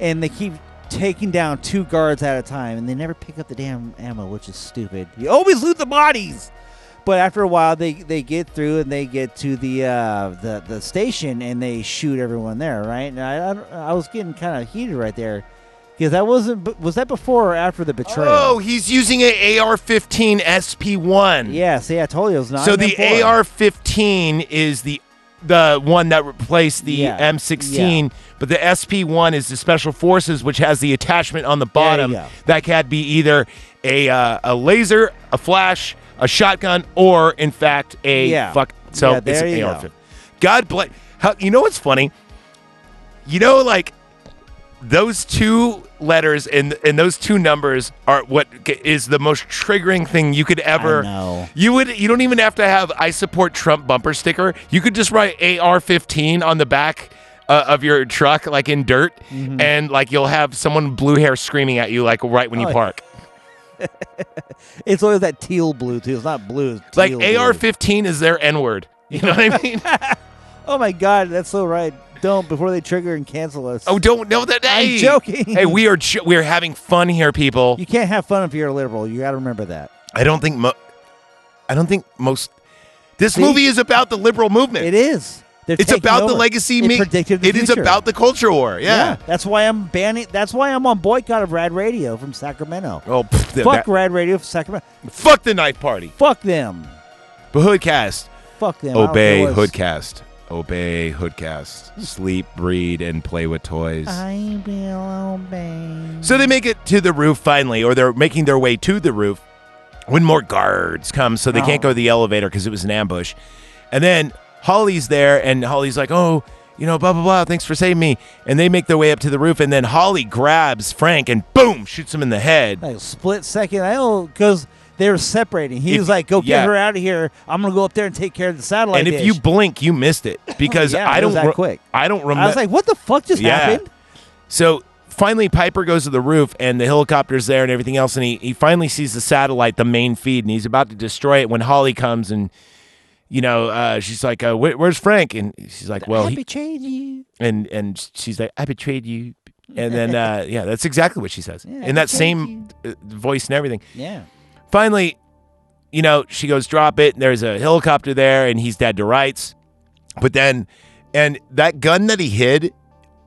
Speaker 10: and they keep taking down two guards at a time, and they never pick up the damn ammo, which is stupid. You always loot the bodies. But after a while, they they get through and they get to the uh, the the station, and they shoot everyone there. Right? And I I, don't- I was getting kind of heated right there. Because that wasn't b- was that before or after the betrayal?
Speaker 9: Oh, he's using an AR-15 SP1.
Speaker 10: Yeah, see, I told you it was not.
Speaker 9: so
Speaker 10: an
Speaker 9: the
Speaker 10: M4.
Speaker 9: AR-15 is the the one that replaced the
Speaker 10: Yeah,
Speaker 9: M16, but the SP1 is the Special Forces, which has the attachment on the bottom
Speaker 10: go.
Speaker 9: that can be either a uh, a laser, a flash, a shotgun, or in fact a
Speaker 10: Yeah.
Speaker 9: fuck. So
Speaker 10: Yeah,
Speaker 9: it's
Speaker 10: there
Speaker 9: an
Speaker 10: you go.
Speaker 9: AR-15. God bless. How, you know what's funny? You know, like those two letters and and those two numbers are what g- is the most triggering thing you could ever.
Speaker 10: know.
Speaker 9: You would you don't even have to have I support Trump bumper sticker. You could just write AR15 on the back uh, of your truck, like in dirt,
Speaker 10: Mm-hmm.
Speaker 9: and like you'll have someone with blue hair screaming at you like right when you
Speaker 10: Oh, yeah.
Speaker 9: park.
Speaker 10: It's always that teal blue too. It's not blue. It's
Speaker 9: Like
Speaker 10: teal blue.
Speaker 9: AR15 is their N word. You know what I mean?
Speaker 10: Oh my god, that's so right. Don't before they trigger and cancel us.
Speaker 9: Oh, don't know that.
Speaker 10: I'm
Speaker 9: hey!
Speaker 10: joking.
Speaker 9: Hey, we are jo- we are having fun here, people.
Speaker 10: You can't have fun if you're a liberal. You got to remember that.
Speaker 9: I don't think. Mo- I don't think most. This
Speaker 10: See?
Speaker 9: movie is about the liberal movement.
Speaker 10: It is. They're
Speaker 9: It's
Speaker 10: taking
Speaker 9: about the
Speaker 10: over.
Speaker 9: legacy.
Speaker 10: It
Speaker 9: me-
Speaker 10: predicted the
Speaker 9: it is
Speaker 10: future.
Speaker 9: about the culture war. Yeah.
Speaker 10: that's why I'm banning. That's why I'm on boycott of Rad Radio from Sacramento.
Speaker 9: Oh, pff, th-
Speaker 10: Fuck
Speaker 9: that-
Speaker 10: Rad Radio from Sacramento.
Speaker 9: fuck the knife party.
Speaker 10: Fuck them.
Speaker 9: But Hoodcast.
Speaker 10: Fuck them. I don't
Speaker 9: Obey
Speaker 10: care what's-
Speaker 9: Hoodcast. Obey Hoodcast. Sleep, breed, and play with toys.
Speaker 10: I will obey.
Speaker 9: So they make it to the roof finally, or they're making their way to the roof when more guards come, so they can't
Speaker 10: Oh.
Speaker 9: go to the elevator because it was an ambush. And then Holly's there, and Holly's like, oh, you know, blah, blah, blah, thanks for saving me. And they make their way up to the roof, and then Holly grabs Frank and boom, shoots him in the head.
Speaker 10: Like split second. I don't because they were separating. He
Speaker 9: If-
Speaker 10: was like, "Go
Speaker 9: yeah.
Speaker 10: get her out of here. I'm gonna go up there and take care of the satellite."
Speaker 9: and if
Speaker 10: dish."
Speaker 9: you blink, you missed it because
Speaker 10: Yeah,
Speaker 9: I
Speaker 10: it
Speaker 9: don't
Speaker 10: was that
Speaker 9: re-
Speaker 10: quick.
Speaker 9: I don't remember.
Speaker 10: I was like, what the fuck just
Speaker 9: Yeah.
Speaker 10: happened?
Speaker 9: So finally, Piper goes to the roof, and the helicopter's there and everything else, and he, he finally sees the satellite, the main feed, and he's about to destroy it when Holly comes and. You know, uh, she's like, uh, Where, "Where's Frank?" And she's like, "Well, he,
Speaker 10: betrayed you.
Speaker 9: and and she's like, "I betrayed you." And then, uh, yeah, that's exactly what she says
Speaker 10: Yeah, I
Speaker 9: in that
Speaker 10: betrayed
Speaker 9: same uh, voice and everything.
Speaker 10: Yeah.
Speaker 9: Finally, you know, she goes, drop it. And there's a helicopter there, and he's dead to rights. But then, and that gun that he hid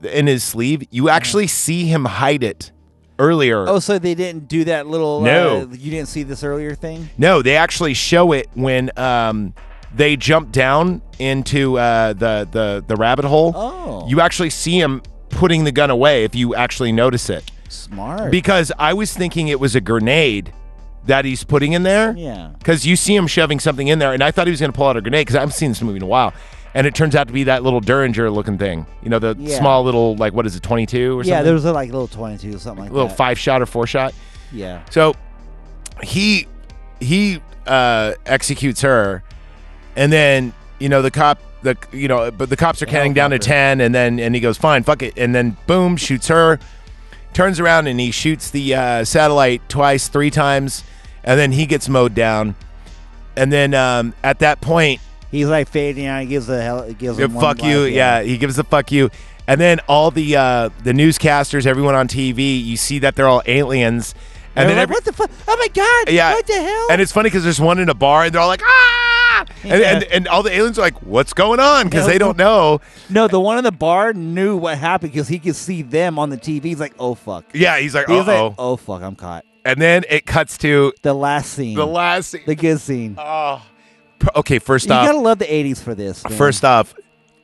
Speaker 9: in his sleeve, you actually see him hide it earlier.
Speaker 10: Oh, so they didn't do that little.
Speaker 9: No.
Speaker 10: Uh, you didn't see this earlier thing?
Speaker 9: No, they actually show it when um, they jump down into uh, the, the, the rabbit hole.
Speaker 10: Oh.
Speaker 9: You actually see him putting the gun away if you actually notice it.
Speaker 10: Smart.
Speaker 9: Because I was thinking it was a grenade that he's putting in there.
Speaker 10: Yeah.
Speaker 9: Because you see him shoving something in there, and I thought he was going to pull out a grenade because I haven't seen this movie in a while. And it turns out to be that little Derringer looking thing. You know, the
Speaker 10: Yeah.
Speaker 9: small little, like, what is it, 22 or something?
Speaker 10: yeah, there was a, like little 22 or something like
Speaker 9: little
Speaker 10: that.
Speaker 9: five shot or four shot.
Speaker 10: Yeah.
Speaker 9: So he he uh, executes her, and then you know the cop the you know but the cops are counting down to ten, and then and he goes fine fuck it, and then boom shoots her, turns around and he shoots the uh, satellite twice three times, and then he gets mowed down, and then um, at that point
Speaker 10: He's like fading out. He gives the hell. Gives
Speaker 9: yeah,
Speaker 10: him one
Speaker 9: fuck you.
Speaker 10: last-
Speaker 9: Yeah. he gives the fuck you. And then all the uh, the newscasters, everyone on TV, you see that they're all aliens. And
Speaker 10: They're
Speaker 9: then
Speaker 10: like,
Speaker 9: every-
Speaker 10: what the fuck? Oh my god!
Speaker 9: yeah,
Speaker 10: What the hell?
Speaker 9: And it's funny because there's one in a bar, and they're all like, ah! And, and, and all the aliens are like, what's going on? Because they don't know.
Speaker 10: no, the one in the bar knew what happened because he could see them on the TV. He's like, oh fuck.
Speaker 9: Yeah, he's like,
Speaker 10: He's
Speaker 9: uh
Speaker 10: like,
Speaker 9: oh.
Speaker 10: oh fuck, I'm caught.
Speaker 9: And then it cuts to
Speaker 10: the last scene.
Speaker 9: The last scene.
Speaker 10: The good scene.
Speaker 9: Oh. Okay, first
Speaker 10: you
Speaker 9: off,
Speaker 10: gotta love the '80s for this. man.
Speaker 9: first off,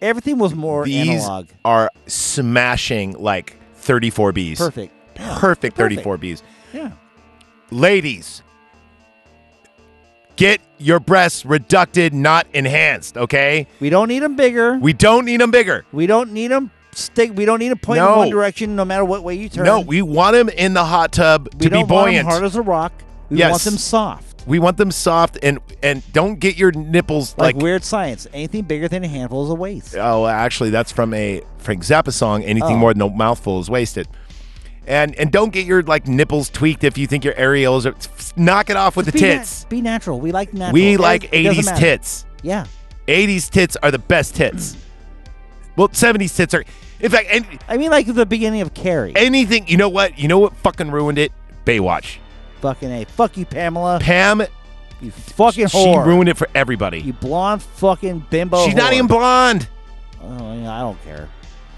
Speaker 10: everything was more
Speaker 9: these
Speaker 10: analog.
Speaker 9: are smashing like 34 Bs.
Speaker 10: Perfect. Yeah.
Speaker 9: Perfect 34 Bs.
Speaker 10: Yeah.
Speaker 9: Ladies, get your breasts reducted, not enhanced, okay?
Speaker 10: We don't need them bigger.
Speaker 9: We don't need them bigger.
Speaker 10: We don't need them stick. We don't need to point
Speaker 9: No.
Speaker 10: in one direction no matter what way you turn.
Speaker 9: No, we want them in the hot tub
Speaker 10: We
Speaker 9: to
Speaker 10: don't
Speaker 9: be buoyant.
Speaker 10: want them hard as a rock. We want
Speaker 9: Yes.
Speaker 10: them soft.
Speaker 9: we want them soft and and don't get your nipples
Speaker 10: Like,
Speaker 9: like,
Speaker 10: weird science. Anything bigger than a handful is a waste.
Speaker 9: oh actually that's from a Frank Zappa song anything
Speaker 10: Oh.
Speaker 9: more than a mouthful is wasted. And and don't get your like nipples tweaked if you think your areolas are knock it off with
Speaker 10: Just
Speaker 9: the
Speaker 10: be nat-
Speaker 9: tits.
Speaker 10: be natural. We like natural.
Speaker 9: we
Speaker 10: It-
Speaker 9: like
Speaker 10: it doesn't
Speaker 9: 80s
Speaker 10: matter.
Speaker 9: tits.
Speaker 10: Yeah.
Speaker 9: 80s tits are the best tits. well, 70s tits are In fact, any,
Speaker 10: I mean like the beginning of Carrie.
Speaker 9: anything, you know what? You know what fucking ruined it? Baywatch.
Speaker 10: Fucking A. Fuck you, Pamela.
Speaker 9: Pam
Speaker 10: You fucking
Speaker 9: she
Speaker 10: whore.
Speaker 9: ruined it for everybody.
Speaker 10: you blonde fucking bimbo.
Speaker 9: She's not
Speaker 10: whore.
Speaker 9: even blonde.
Speaker 10: Oh, yeah, I don't care.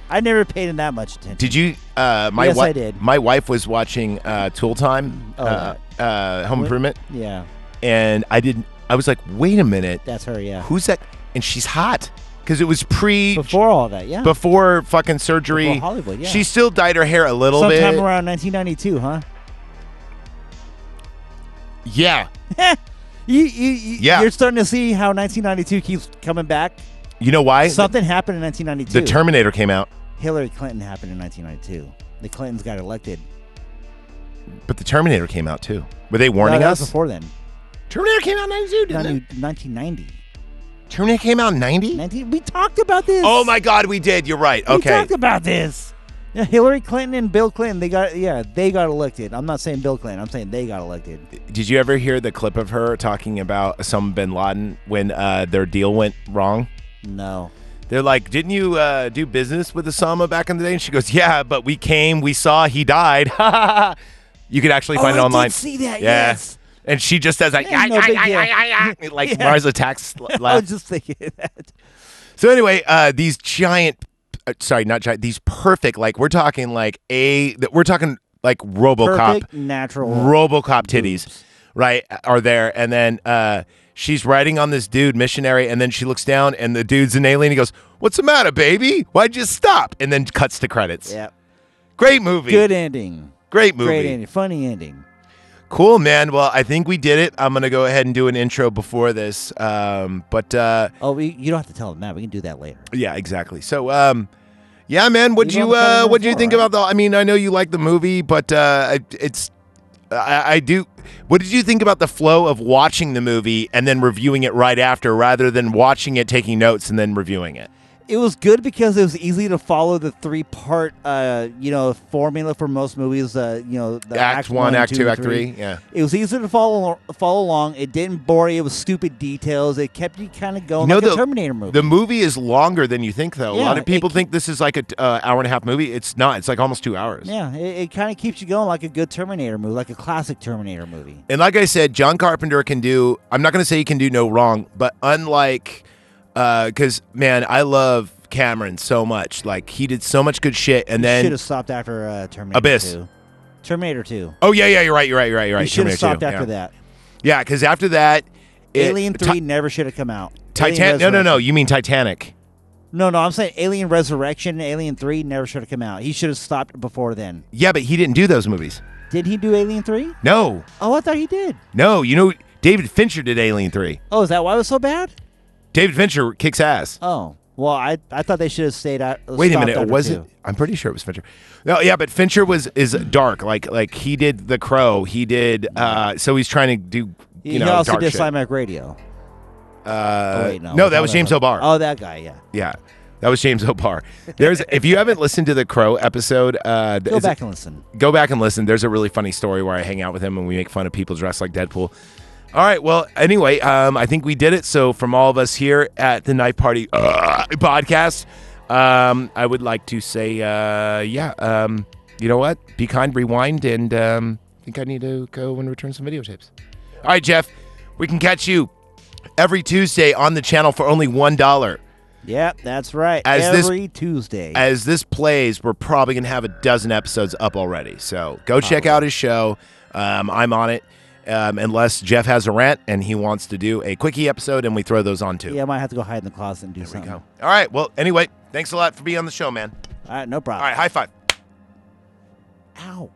Speaker 10: I never paid in that much attention.
Speaker 9: Did you? Uh, my
Speaker 10: Yes,
Speaker 9: wi-
Speaker 10: I did.
Speaker 9: My wife was watching uh, Tool Time,
Speaker 10: Oh,
Speaker 9: uh, uh, Home
Speaker 10: Wh-
Speaker 9: Improvement,
Speaker 10: Yeah,
Speaker 9: and I didn't. I was like, wait a minute,
Speaker 10: that's her. Yeah,
Speaker 9: who's that? And she's hot because it was pre
Speaker 10: before all that. Yeah,
Speaker 9: before fucking surgery.
Speaker 10: Before Hollywood, yeah.
Speaker 9: She still dyed her hair a little
Speaker 10: sometime
Speaker 9: bit.
Speaker 10: around 1992, huh?
Speaker 9: Yeah,
Speaker 10: You, you, you,
Speaker 9: Yeah.
Speaker 10: You're starting to see how 1992 keeps coming back.
Speaker 9: you know why?
Speaker 10: Something happened in 1992.
Speaker 9: the Terminator came out,
Speaker 10: Hillary Clinton happened in 1992. The Clintons got elected.
Speaker 9: but the Terminator came out too. Were they
Speaker 10: No,
Speaker 9: warning
Speaker 10: that was
Speaker 9: us?
Speaker 10: before then.
Speaker 9: Terminator came out in '92, didn't it?
Speaker 10: 90 1990.
Speaker 9: Terminator came out in '90.
Speaker 10: 19 we talked about this.
Speaker 9: Oh my God, we did. You're right.
Speaker 10: We
Speaker 9: Okay.
Speaker 10: talked about this. Yeah, Hillary Clinton and Bill Clinton, they got yeah, they got elected. I'm not saying Bill Clinton. I'm saying they got elected.
Speaker 9: Did you ever hear the clip of her talking about some bin Laden when uh, their deal went wrong?
Speaker 10: No.
Speaker 9: They're like, didn't you uh, do business with Osama back in the day? And she goes, yeah, but we came, we saw, he died. you could actually find
Speaker 10: Oh,
Speaker 9: it
Speaker 10: I did
Speaker 9: online.
Speaker 10: see that,
Speaker 9: Yeah.
Speaker 10: yes.
Speaker 9: And she just says like,
Speaker 10: Yeah,
Speaker 9: "Ay,
Speaker 10: no
Speaker 9: ay,
Speaker 10: big
Speaker 9: ay,
Speaker 10: deal."
Speaker 9: ay, ay, ay," like
Speaker 10: Yeah.
Speaker 9: Mars attacks. L-
Speaker 10: I
Speaker 9: laugh.
Speaker 10: was just thinking that.
Speaker 9: so anyway, uh, these giant, uh, sorry, not giant. These perfect, like we're talking like a, th- we're talking like RoboCop.
Speaker 10: Perfect natural.
Speaker 9: RoboCop titties, right, are there. And then uh, she's riding on this dude, missionary, and then she looks down, and the dude's an alien. He goes, "What's the matter, baby? Why'd you stop?" And then cuts to credits.
Speaker 10: Yep.
Speaker 9: Great movie.
Speaker 10: Good ending.
Speaker 9: Great movie.
Speaker 10: Great ending. Funny ending.
Speaker 9: Cool, man. Well, I think we did it. I'm gonna go ahead and do an intro before this. Um, but uh,
Speaker 10: Oh, we, you don't have to tell them that. We can do that later.
Speaker 9: yeah, exactly. So, um, yeah, man. What'd
Speaker 10: Leave
Speaker 9: you
Speaker 10: on the
Speaker 9: uh,
Speaker 10: cutting
Speaker 9: What'd
Speaker 10: room
Speaker 9: you
Speaker 10: floor,
Speaker 9: think
Speaker 10: right?
Speaker 9: about the? I mean, I know you like the movie, but uh, I- it's. I, I do. What did you think about the flow of watching the movie and then reviewing it right after, rather than watching it, taking notes, and then reviewing it?
Speaker 10: It was good because it was easy to follow the three part, uh, you know, formula for most movies. Uh, you know, the
Speaker 9: Act one, Act two,
Speaker 10: and
Speaker 9: Act three, yeah.
Speaker 10: it was easy to follow follow along. It didn't bore you with stupid details. It kept you kind of going. like a Terminator movie.
Speaker 9: The movie is longer than you think, though. a lot
Speaker 10: Yeah,
Speaker 9: of people
Speaker 10: it-
Speaker 9: think this is like an uh, hour and a half movie. It's not. It's like almost two hours.
Speaker 10: Yeah, it, it kind of keeps you going like a good Terminator movie, like a classic Terminator movie.
Speaker 9: And like I said, John Carpenter can do. I'm not going to say he can do no wrong, but unlike, because man, I love Cameron so much. Like he did so much good shit, and
Speaker 10: should
Speaker 9: then
Speaker 10: have stopped after uh, Terminator
Speaker 9: Abyss.
Speaker 10: 2. Terminator 2.
Speaker 9: oh yeah, yeah, you're right, you're right, you're right, you're right.
Speaker 10: you should have
Speaker 9: Terminator
Speaker 10: stopped
Speaker 9: 2,
Speaker 10: after
Speaker 9: yeah.
Speaker 10: that.
Speaker 9: Yeah, because after that, it-
Speaker 10: Alien
Speaker 9: Ti-
Speaker 10: 3 never should have come out. Alien
Speaker 9: Titan- No, no, no.
Speaker 10: Resurrection.
Speaker 9: You mean Titanic?
Speaker 10: No, no, I'm saying Alien Resurrection and Alien 3 never should have come out. He should have stopped before then.
Speaker 9: Yeah, but he didn't do those movies.
Speaker 10: Did he do Alien 3?
Speaker 9: No,
Speaker 10: Oh, I thought he did.
Speaker 9: no. You know, David Fincher did Alien Three.
Speaker 10: Oh, is that why it was so bad?
Speaker 9: David Fincher kicks ass.
Speaker 10: Oh, well, I, I thought they should have stayed out.
Speaker 9: Wait a
Speaker 10: stopped
Speaker 9: minute,
Speaker 10: after
Speaker 9: was it?
Speaker 10: two.
Speaker 9: I'm pretty sure it was Fincher. No, yeah, but Fincher was is dark. Like like he did The Crow. He did. uh So he's trying to do you
Speaker 10: he
Speaker 9: know
Speaker 10: also
Speaker 9: dark
Speaker 10: did
Speaker 9: shit.
Speaker 10: Slam Mac Radio.
Speaker 9: Uh,
Speaker 10: oh, wait, no.
Speaker 9: no,
Speaker 10: we're
Speaker 9: that
Speaker 10: talking
Speaker 9: was
Speaker 10: about
Speaker 9: James
Speaker 10: him.
Speaker 9: O'Barr.
Speaker 10: Oh, that guy, yeah.
Speaker 9: Yeah, that was James O'Barr. There's if you haven't listened to The Crow episode, uh,
Speaker 10: Go
Speaker 9: is it-
Speaker 10: back and listen.
Speaker 9: go back and listen. There's a really funny story where I hang out with him and we make fun of people dressed like Deadpool. All right. Well, anyway, um, I think we did it. So, from all of us here at the Night Party uh, podcast, um, I would like to say, uh, yeah, um, you know what? Be kind, rewind, and um, I think I need to go and return some videotapes. All right, Jeff, we can catch you every Tuesday on the channel for only $1.
Speaker 10: Yep, that's right.
Speaker 9: As this-
Speaker 10: Every Tuesday.
Speaker 9: As this plays, we're probably going to have a dozen episodes up already. So go check out his show. Um, I'm on it. Um, unless Jeff has a rant and he wants to do a quickie episode and we throw those on too.
Speaker 10: Yeah, I might have to go hide in the closet and do something.
Speaker 9: All right. Well, anyway, thanks a lot for being on the show, man.
Speaker 10: All right, no problem.
Speaker 9: All right, high five.
Speaker 10: Ow.